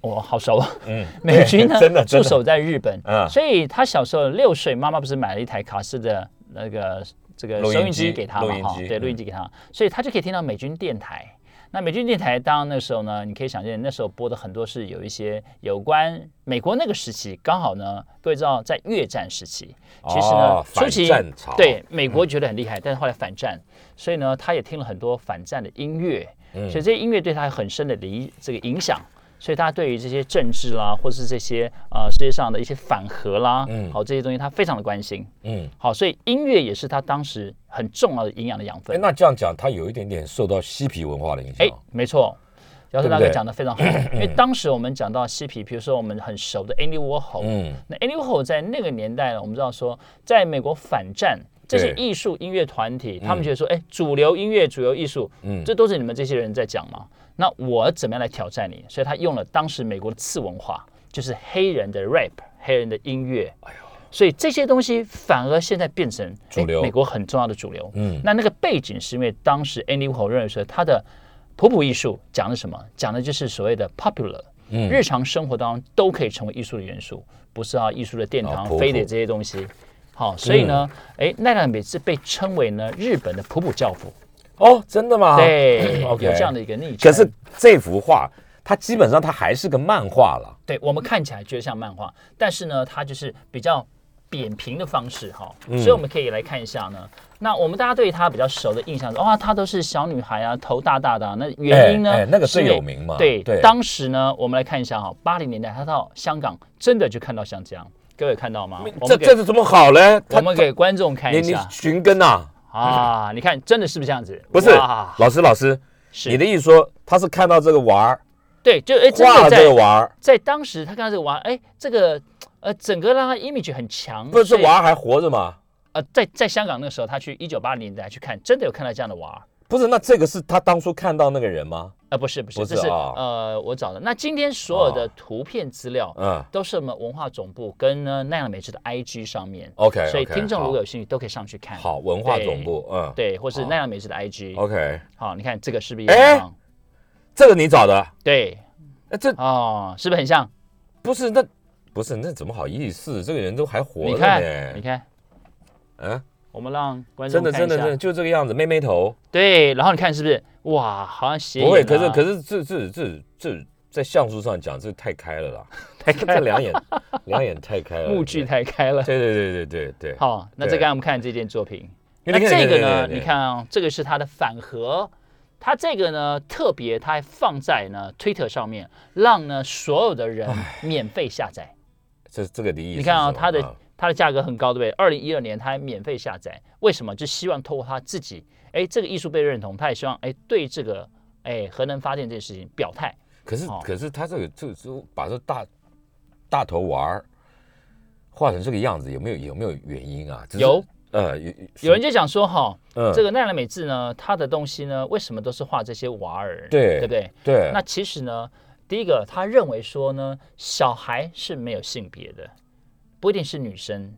[SPEAKER 3] 我好熟啊。
[SPEAKER 2] 嗯，
[SPEAKER 3] 美军呢，
[SPEAKER 2] 对 真的真
[SPEAKER 3] 驻
[SPEAKER 2] 的
[SPEAKER 3] 守在日本，
[SPEAKER 2] 嗯
[SPEAKER 3] 所以他小时候六岁，妈妈不是买了一台卡式的那个这个
[SPEAKER 2] 录音
[SPEAKER 3] 收音
[SPEAKER 2] 机
[SPEAKER 3] 机给他
[SPEAKER 2] 录
[SPEAKER 3] 嘛，
[SPEAKER 2] 音
[SPEAKER 3] 哈，
[SPEAKER 2] 机嗯
[SPEAKER 3] 对，录音机给他，所以他就可以听到美军电台。那美军电台，当然那时候呢，你可以想见，那时候播的很多是有一些有关美国那个时期，刚好呢，各位知道在越战时期，其实呢，
[SPEAKER 2] 哦
[SPEAKER 3] 初期
[SPEAKER 2] 反战潮嗯
[SPEAKER 3] 对美国觉得很厉害，但是后来反战，所以呢，他也听了很多反战的音乐，
[SPEAKER 2] 嗯
[SPEAKER 3] 所以这些音乐对他有很深的理这个影响。所以他对于这些政治啦，或是这些呃世界上的一些反核啦，
[SPEAKER 2] 嗯
[SPEAKER 3] 好这些东西他非常的关心。
[SPEAKER 2] 嗯，
[SPEAKER 3] 好，所以音乐也是他当时很重要的营养的养
[SPEAKER 2] 哎，
[SPEAKER 3] 分。
[SPEAKER 2] 那这样讲，他有一点点受到嬉皮文化的影响
[SPEAKER 3] 哎，，没错，姚
[SPEAKER 2] 对
[SPEAKER 3] 生
[SPEAKER 2] 不
[SPEAKER 3] 大哥
[SPEAKER 2] 对
[SPEAKER 3] 讲的 非常好，因为当时我们讲到嬉皮，比如说我们很熟的 Andy Warhol，
[SPEAKER 2] 嗯，
[SPEAKER 3] 那 Andy Warhol 在那个年代呢，我们知道说，在美国反战，这些
[SPEAKER 2] 对
[SPEAKER 3] 艺术音乐团体，他们觉得说，哎、主流音乐、主流艺术，
[SPEAKER 2] 嗯
[SPEAKER 3] 这都是你们这些人在讲嘛。那我怎么样来挑战你？所以他用了当时美国的次文化，就是黑人的 rap、黑人的音乐。所以这些东西反而现在变成
[SPEAKER 2] 主
[SPEAKER 3] 哎
[SPEAKER 2] 流
[SPEAKER 3] 美国很重要的主流。
[SPEAKER 2] 嗯
[SPEAKER 3] 那那个背景是因为当时 Andy Warhol 认为说他的普普艺术讲的什么？讲的就是所谓的 popular，、
[SPEAKER 2] 嗯
[SPEAKER 3] 日常生活当中都可以成为艺术的元素，不是啊艺术的殿堂、
[SPEAKER 2] 普普嗯
[SPEAKER 3] 非得这些东西。好，所以呢，哎、奈良美智被称为呢日本的普普教父，
[SPEAKER 2] 哦，真的吗？
[SPEAKER 3] 对
[SPEAKER 2] 嗯 OK
[SPEAKER 3] 有这样的一个昵
[SPEAKER 2] 可
[SPEAKER 3] 称。
[SPEAKER 2] 是这幅画，它基本上它还是个漫画了。
[SPEAKER 3] 对我们看起来觉得像漫画，但是呢，它就是比较扁平的方式哈、
[SPEAKER 2] 嗯
[SPEAKER 3] 所以我们可以来看一下呢。那我们大家对它比较熟的印象是，哇，她都是小女孩啊，头大大的、啊。那原因呢？
[SPEAKER 2] 哎哎那个
[SPEAKER 3] 是因
[SPEAKER 2] 最
[SPEAKER 3] 为
[SPEAKER 2] 有名嘛
[SPEAKER 3] 对，
[SPEAKER 2] 对
[SPEAKER 3] 当时呢，我们来看一下哈、八零年代她到香港真的就看到像这样，各位有看到吗？我
[SPEAKER 2] 这
[SPEAKER 3] 们
[SPEAKER 2] 这
[SPEAKER 3] 给
[SPEAKER 2] 是怎么好嘞？它
[SPEAKER 3] 我们给观众看
[SPEAKER 2] 你
[SPEAKER 3] 一
[SPEAKER 2] 你
[SPEAKER 3] 下
[SPEAKER 2] 寻根呐？
[SPEAKER 3] 啊，你看真的是不是这样子？
[SPEAKER 2] 不是
[SPEAKER 3] 哇，
[SPEAKER 2] 老师老师，
[SPEAKER 3] 是
[SPEAKER 2] 你的意思说他是看到这个娃儿
[SPEAKER 3] 对，就哎，真
[SPEAKER 2] 画
[SPEAKER 3] 的
[SPEAKER 2] 了这个
[SPEAKER 3] 在
[SPEAKER 2] 娃儿，
[SPEAKER 3] 在当时他看到这个娃，哎，这个呃，整个让他 image 很强，
[SPEAKER 2] 不是这
[SPEAKER 3] 所以
[SPEAKER 2] 娃儿还活着吗？
[SPEAKER 3] 呃，在在香港那个时候，他去一九八零年代去看，真的有看到这样的娃儿。
[SPEAKER 2] 不是，那这个是他当初看到那个人吗？
[SPEAKER 3] 呃，不是不是，
[SPEAKER 2] 不是
[SPEAKER 3] 这是
[SPEAKER 2] 啊哦
[SPEAKER 3] 呃我找的。那今天所有的图片资料
[SPEAKER 2] 嗯
[SPEAKER 3] 都是我们文化总部跟呢奈良美智的 IG 上面。
[SPEAKER 2] ，OK，
[SPEAKER 3] 所以
[SPEAKER 2] OK，
[SPEAKER 3] 听众如
[SPEAKER 2] 好
[SPEAKER 3] 果有兴趣，都可以上去看。
[SPEAKER 2] 好文化总部，嗯，
[SPEAKER 3] 对，或是奈良美智的 IG。
[SPEAKER 2] ，OK，
[SPEAKER 3] 好，你看这个是不是
[SPEAKER 2] 哎
[SPEAKER 3] 也很像？
[SPEAKER 2] 这个你找的，
[SPEAKER 3] 啊对，
[SPEAKER 2] 哎这
[SPEAKER 3] 哦，是不是很像？
[SPEAKER 2] 不是那不是那怎么好意思？这个人都还活
[SPEAKER 3] 你
[SPEAKER 2] 着
[SPEAKER 3] 看，你
[SPEAKER 2] 呢，
[SPEAKER 3] 看，
[SPEAKER 2] 嗯，
[SPEAKER 3] 我们让观
[SPEAKER 2] 真
[SPEAKER 3] 众
[SPEAKER 2] 的
[SPEAKER 3] 看
[SPEAKER 2] 真
[SPEAKER 3] 一
[SPEAKER 2] 的真的
[SPEAKER 3] 下。
[SPEAKER 2] 就这个样子，妹妹头。
[SPEAKER 3] 对，然后你看是不是？哇，好像斜眼
[SPEAKER 2] 不
[SPEAKER 3] 啊。
[SPEAKER 2] 会，可是可是这这这这在像素上讲，这太开了啦，
[SPEAKER 3] 太
[SPEAKER 2] 这
[SPEAKER 3] 开了，
[SPEAKER 2] 两眼两眼太开了，
[SPEAKER 3] 目距
[SPEAKER 2] 对
[SPEAKER 3] 太开了。
[SPEAKER 2] 呃对对对对对对。
[SPEAKER 3] 好，那
[SPEAKER 2] 对
[SPEAKER 3] 这刚才我们看这件作品，
[SPEAKER 2] 因
[SPEAKER 3] 那
[SPEAKER 2] 为你看
[SPEAKER 3] 这
[SPEAKER 2] 对
[SPEAKER 3] 个呢，
[SPEAKER 2] 对对对
[SPEAKER 3] 你看啊，这个是它的反核，它这个呢特别，它还放在呢 Twitter 上面，让呢所有的人免费下载。
[SPEAKER 2] 这这个离异是
[SPEAKER 3] 你
[SPEAKER 2] 什么
[SPEAKER 3] 看
[SPEAKER 2] 啊，
[SPEAKER 3] 啊，它的它的价格很高，对不对？二零一二年它还免费下载，为什么？就希望透过他自己，哎，这个艺术被认同，他也希望哎对这个哎核能发电这件事情表态。
[SPEAKER 2] 可是
[SPEAKER 3] 哦
[SPEAKER 2] 可是他这个这这把这大大头娃儿画成这个样子，有没有有没有原因啊？只是
[SPEAKER 3] 有
[SPEAKER 2] 呃有
[SPEAKER 3] 有人就讲说哈，
[SPEAKER 2] 嗯
[SPEAKER 3] 这个奈良美智呢，他的东西呢，为什么都是画这些娃儿？
[SPEAKER 2] 对
[SPEAKER 3] 对不对？
[SPEAKER 2] 对
[SPEAKER 3] 那其实呢，第一个他认为说呢，小孩是没有性别的，不一定是女生。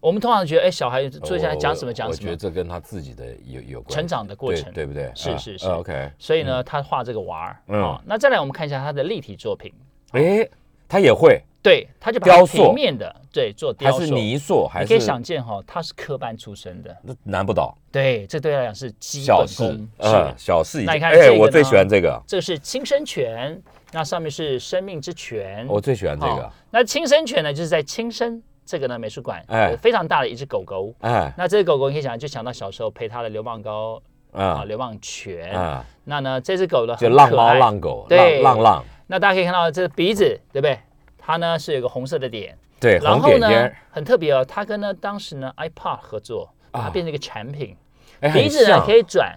[SPEAKER 3] 我们通常觉得，哎，小孩
[SPEAKER 2] 呃
[SPEAKER 3] 坐下来
[SPEAKER 2] 我
[SPEAKER 3] 讲什么讲
[SPEAKER 2] 我
[SPEAKER 3] 什
[SPEAKER 2] 觉得
[SPEAKER 3] 么，
[SPEAKER 2] 这跟他自己的有有关
[SPEAKER 3] 成长的过
[SPEAKER 2] 对
[SPEAKER 3] 程。
[SPEAKER 2] 对不对？
[SPEAKER 3] 是
[SPEAKER 2] 啊
[SPEAKER 3] 是是
[SPEAKER 2] 啊 OK，
[SPEAKER 3] 所以呢，他画这个娃儿。
[SPEAKER 2] 嗯
[SPEAKER 3] 哦那再来我们看一下他的立体作品，
[SPEAKER 2] 哎，他也会，
[SPEAKER 3] 对，他就把它
[SPEAKER 2] 雕塑
[SPEAKER 3] 平面的对做
[SPEAKER 2] 还
[SPEAKER 3] 雕塑。
[SPEAKER 2] 是泥塑，还
[SPEAKER 3] 你可以
[SPEAKER 2] 是
[SPEAKER 3] 想见哈、他是科班出身的，
[SPEAKER 2] 那难不倒。
[SPEAKER 3] 对，这对他来讲是基本
[SPEAKER 2] 小事
[SPEAKER 3] 功。，
[SPEAKER 2] 呃，小事已经。
[SPEAKER 3] 那你看这个呢
[SPEAKER 2] 我最喜欢这个，
[SPEAKER 3] 这个是亲生犬，那上面是生命之泉。
[SPEAKER 2] 我最喜欢这个
[SPEAKER 3] 嗯好。那亲生犬呢，就是在亲生这个呢美术馆，
[SPEAKER 2] 哎
[SPEAKER 3] 有非常大的一只狗狗。
[SPEAKER 2] 哎，
[SPEAKER 3] 那这只狗狗，你可以想，就想到小时候陪它的流浪狗啊、
[SPEAKER 2] 啊
[SPEAKER 3] 流浪犬。
[SPEAKER 2] 啊，
[SPEAKER 3] 那呢，这只狗呢，
[SPEAKER 2] 就
[SPEAKER 3] 很
[SPEAKER 2] 浪
[SPEAKER 3] 可
[SPEAKER 2] 猫
[SPEAKER 3] 爱。
[SPEAKER 2] 浪狗，浪
[SPEAKER 3] 对
[SPEAKER 2] 浪浪，
[SPEAKER 3] 那大家可以看到这鼻子，对不对？它呢是有一个红色的点，
[SPEAKER 2] 对，
[SPEAKER 3] 然
[SPEAKER 2] 红
[SPEAKER 3] 后
[SPEAKER 2] 点
[SPEAKER 3] 呢
[SPEAKER 2] 点，
[SPEAKER 3] 很特别哦，它跟呢当时呢 iPod 合作，把
[SPEAKER 2] 啊
[SPEAKER 3] 它变成一个产品，
[SPEAKER 2] 哎，
[SPEAKER 3] 鼻
[SPEAKER 2] 很
[SPEAKER 3] 子呢
[SPEAKER 2] 像
[SPEAKER 3] 可以转。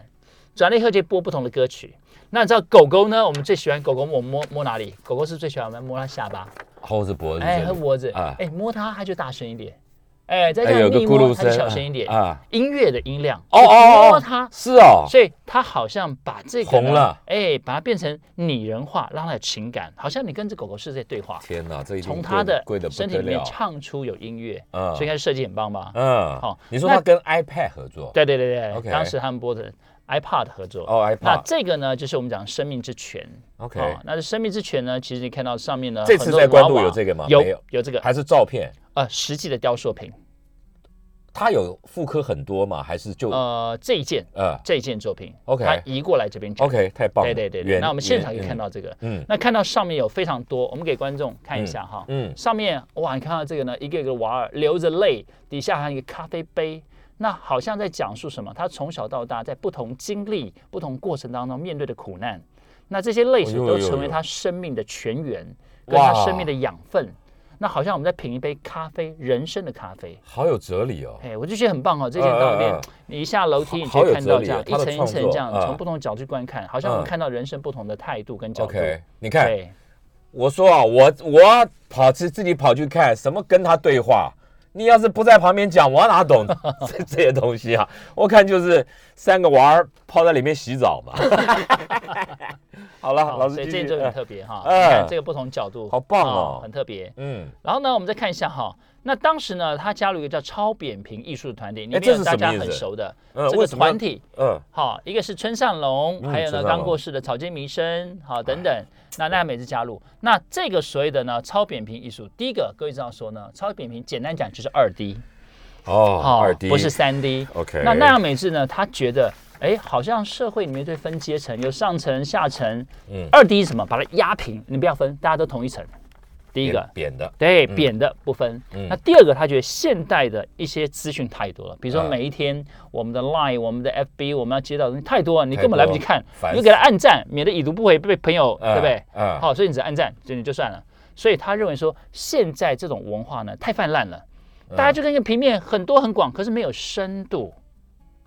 [SPEAKER 3] 转了以后就播不同的歌曲。那你知道狗狗呢？我们最喜欢狗狗摸摸摸哪里？狗狗是不是最喜欢我们摸它下巴，
[SPEAKER 2] 后是脖子这
[SPEAKER 3] 哎，
[SPEAKER 2] 里，
[SPEAKER 3] 和脖子，
[SPEAKER 2] 啊
[SPEAKER 3] 哎，摸它它就大声一点，哎，再
[SPEAKER 2] 哎有
[SPEAKER 3] 这样
[SPEAKER 2] 个
[SPEAKER 3] 逆
[SPEAKER 2] 咕
[SPEAKER 3] 摸
[SPEAKER 2] 噜
[SPEAKER 3] 它就
[SPEAKER 2] 声
[SPEAKER 3] 小声一点。
[SPEAKER 2] 啊，
[SPEAKER 3] 音乐的音量，
[SPEAKER 2] 哦哦
[SPEAKER 3] 摸
[SPEAKER 2] 哦
[SPEAKER 3] 它
[SPEAKER 2] 哦，是哦，
[SPEAKER 3] 所以他好像把这个呢
[SPEAKER 2] 红了，
[SPEAKER 3] 哎，把它变成拟人化，让它有情感，好像你跟这狗狗是在对话，
[SPEAKER 2] 天哪，这已经
[SPEAKER 3] 从
[SPEAKER 2] 贵
[SPEAKER 3] 它的
[SPEAKER 2] 贵的不
[SPEAKER 3] 身体
[SPEAKER 2] 得
[SPEAKER 3] 里面
[SPEAKER 2] 了，
[SPEAKER 3] 唱出有音乐，
[SPEAKER 2] 嗯
[SPEAKER 3] 所以它设计很棒吧？
[SPEAKER 2] 嗯，
[SPEAKER 3] 好
[SPEAKER 2] 你说他
[SPEAKER 3] 那
[SPEAKER 2] 跟 iPad 合作，
[SPEAKER 3] 对对对对
[SPEAKER 2] OK
[SPEAKER 3] 当时他们播的 iPod 合作。
[SPEAKER 2] 哦
[SPEAKER 3] 那
[SPEAKER 2] ，iPad，
[SPEAKER 3] 这个呢，就是我们讲生命之泉。哦
[SPEAKER 2] OK
[SPEAKER 3] 那这生命之泉呢，其实你看到上面呢，
[SPEAKER 2] 这次
[SPEAKER 3] 很多
[SPEAKER 2] 在关渡
[SPEAKER 3] 娃娃
[SPEAKER 2] 有这个吗
[SPEAKER 3] 有
[SPEAKER 2] 没有
[SPEAKER 3] 有这个，
[SPEAKER 2] 还是照片，
[SPEAKER 3] 呃，实际的雕塑品，
[SPEAKER 2] 他有复刻很多嘛，还是就
[SPEAKER 3] 呃，这一件
[SPEAKER 2] 呃
[SPEAKER 3] 这一件作品
[SPEAKER 2] OK
[SPEAKER 3] 它移过来这边展
[SPEAKER 2] OK，太棒了，
[SPEAKER 3] 对对对对，
[SPEAKER 2] 原
[SPEAKER 3] 那我们现场就
[SPEAKER 2] 原
[SPEAKER 3] 看到这个，
[SPEAKER 2] 嗯
[SPEAKER 3] 那看到上面有非常多，我们给观众看一下哈，
[SPEAKER 2] 嗯
[SPEAKER 3] 上面哇，你看到这个呢，一个一个娃儿流着泪，底下还有一个咖啡杯，那好像在讲述什么？他从小到大在不同经历、不同过程当中面对的苦难，那这些泪水
[SPEAKER 2] 哦有
[SPEAKER 3] 都
[SPEAKER 2] 有
[SPEAKER 3] 成为
[SPEAKER 2] 有
[SPEAKER 3] 他生命的泉源，跟他
[SPEAKER 2] 哇
[SPEAKER 3] 生命的养分。那好像我们在品一杯咖啡，人生的咖啡。
[SPEAKER 2] 好有哲理哦，
[SPEAKER 3] 哎，我就觉得很棒哦，这件到里面
[SPEAKER 2] 嗯嗯嗯，
[SPEAKER 3] 你一下楼梯你
[SPEAKER 2] 好好
[SPEAKER 3] 就
[SPEAKER 2] 有
[SPEAKER 3] 看
[SPEAKER 2] 哲
[SPEAKER 3] 到
[SPEAKER 2] 理
[SPEAKER 3] 这样
[SPEAKER 2] 哦
[SPEAKER 3] 一
[SPEAKER 2] 他的
[SPEAKER 3] 层一
[SPEAKER 2] 创
[SPEAKER 3] 层
[SPEAKER 2] 作
[SPEAKER 3] 这样，
[SPEAKER 2] 嗯
[SPEAKER 3] 从不同角度观看，好像我们
[SPEAKER 2] 嗯
[SPEAKER 3] 看到人生不同的态度跟角度。
[SPEAKER 2] OK，你看
[SPEAKER 3] 对，
[SPEAKER 2] 我说啊，我我跑去自己跑去看什么跟他对话，你要是不在旁边讲，我哪懂 这这些东西啊？我看就是三个娃儿泡在里面洗澡 嘛。好了，老
[SPEAKER 3] 好，
[SPEAKER 2] 师
[SPEAKER 3] 所以
[SPEAKER 2] 继
[SPEAKER 3] 这件
[SPEAKER 2] 续
[SPEAKER 3] 就很特别哈。
[SPEAKER 2] 哎
[SPEAKER 3] 你看这个不同角度， 啊
[SPEAKER 2] 好棒哦
[SPEAKER 3] 很特别。
[SPEAKER 2] 嗯，
[SPEAKER 3] 然后呢，我们再看一下哈，那当时呢，他加入一个叫超扁平艺术的团体，里
[SPEAKER 2] 哎
[SPEAKER 3] 面
[SPEAKER 2] 这是
[SPEAKER 3] 有大
[SPEAKER 2] 什么
[SPEAKER 3] 家
[SPEAKER 2] 意思
[SPEAKER 3] 很熟的
[SPEAKER 2] 嗯
[SPEAKER 3] 这
[SPEAKER 2] 为
[SPEAKER 3] 个
[SPEAKER 2] 什么要
[SPEAKER 3] 团体。
[SPEAKER 2] 嗯，
[SPEAKER 3] 好，一个是村上隆，
[SPEAKER 2] 嗯
[SPEAKER 3] 还有
[SPEAKER 2] 村上
[SPEAKER 3] 呢
[SPEAKER 2] 隆哎
[SPEAKER 3] 刚过世的草间弥生，好等等。那那每次加入，那这个所谓的呢超扁平艺术，第一个各位知道说呢，超扁平简单讲就是二 D，
[SPEAKER 2] 哦，
[SPEAKER 3] 好
[SPEAKER 2] 二 D
[SPEAKER 3] 不是三 D。
[SPEAKER 2] OK
[SPEAKER 3] 那那样美智呢，他觉得，哎，好像社会里面对分阶层有上层、下层，
[SPEAKER 2] 嗯
[SPEAKER 3] 二 D 是什么？把它压平，你不要分，大家都同一层。第一个
[SPEAKER 2] 扁，扁的，
[SPEAKER 3] 对，扁的不分。
[SPEAKER 2] 嗯
[SPEAKER 3] 那第二个，他觉得现代的一些资讯太多了，比如说
[SPEAKER 2] 啊
[SPEAKER 3] 每一天我们的 Line、我们的 FB、我们要接到的东西太多了，你
[SPEAKER 2] 太
[SPEAKER 3] 根本来不及
[SPEAKER 2] 多
[SPEAKER 3] 看
[SPEAKER 2] 烦，
[SPEAKER 3] 你就给他按赞，免得已读不回被朋友，
[SPEAKER 2] 啊
[SPEAKER 3] 对不对？
[SPEAKER 2] 啊
[SPEAKER 3] 好，所以你只按赞，就你就算了。所以他认为说，现在这种文化呢太泛滥了，
[SPEAKER 2] 嗯
[SPEAKER 3] 大家就跟一个平面很多很广，可是没有深度。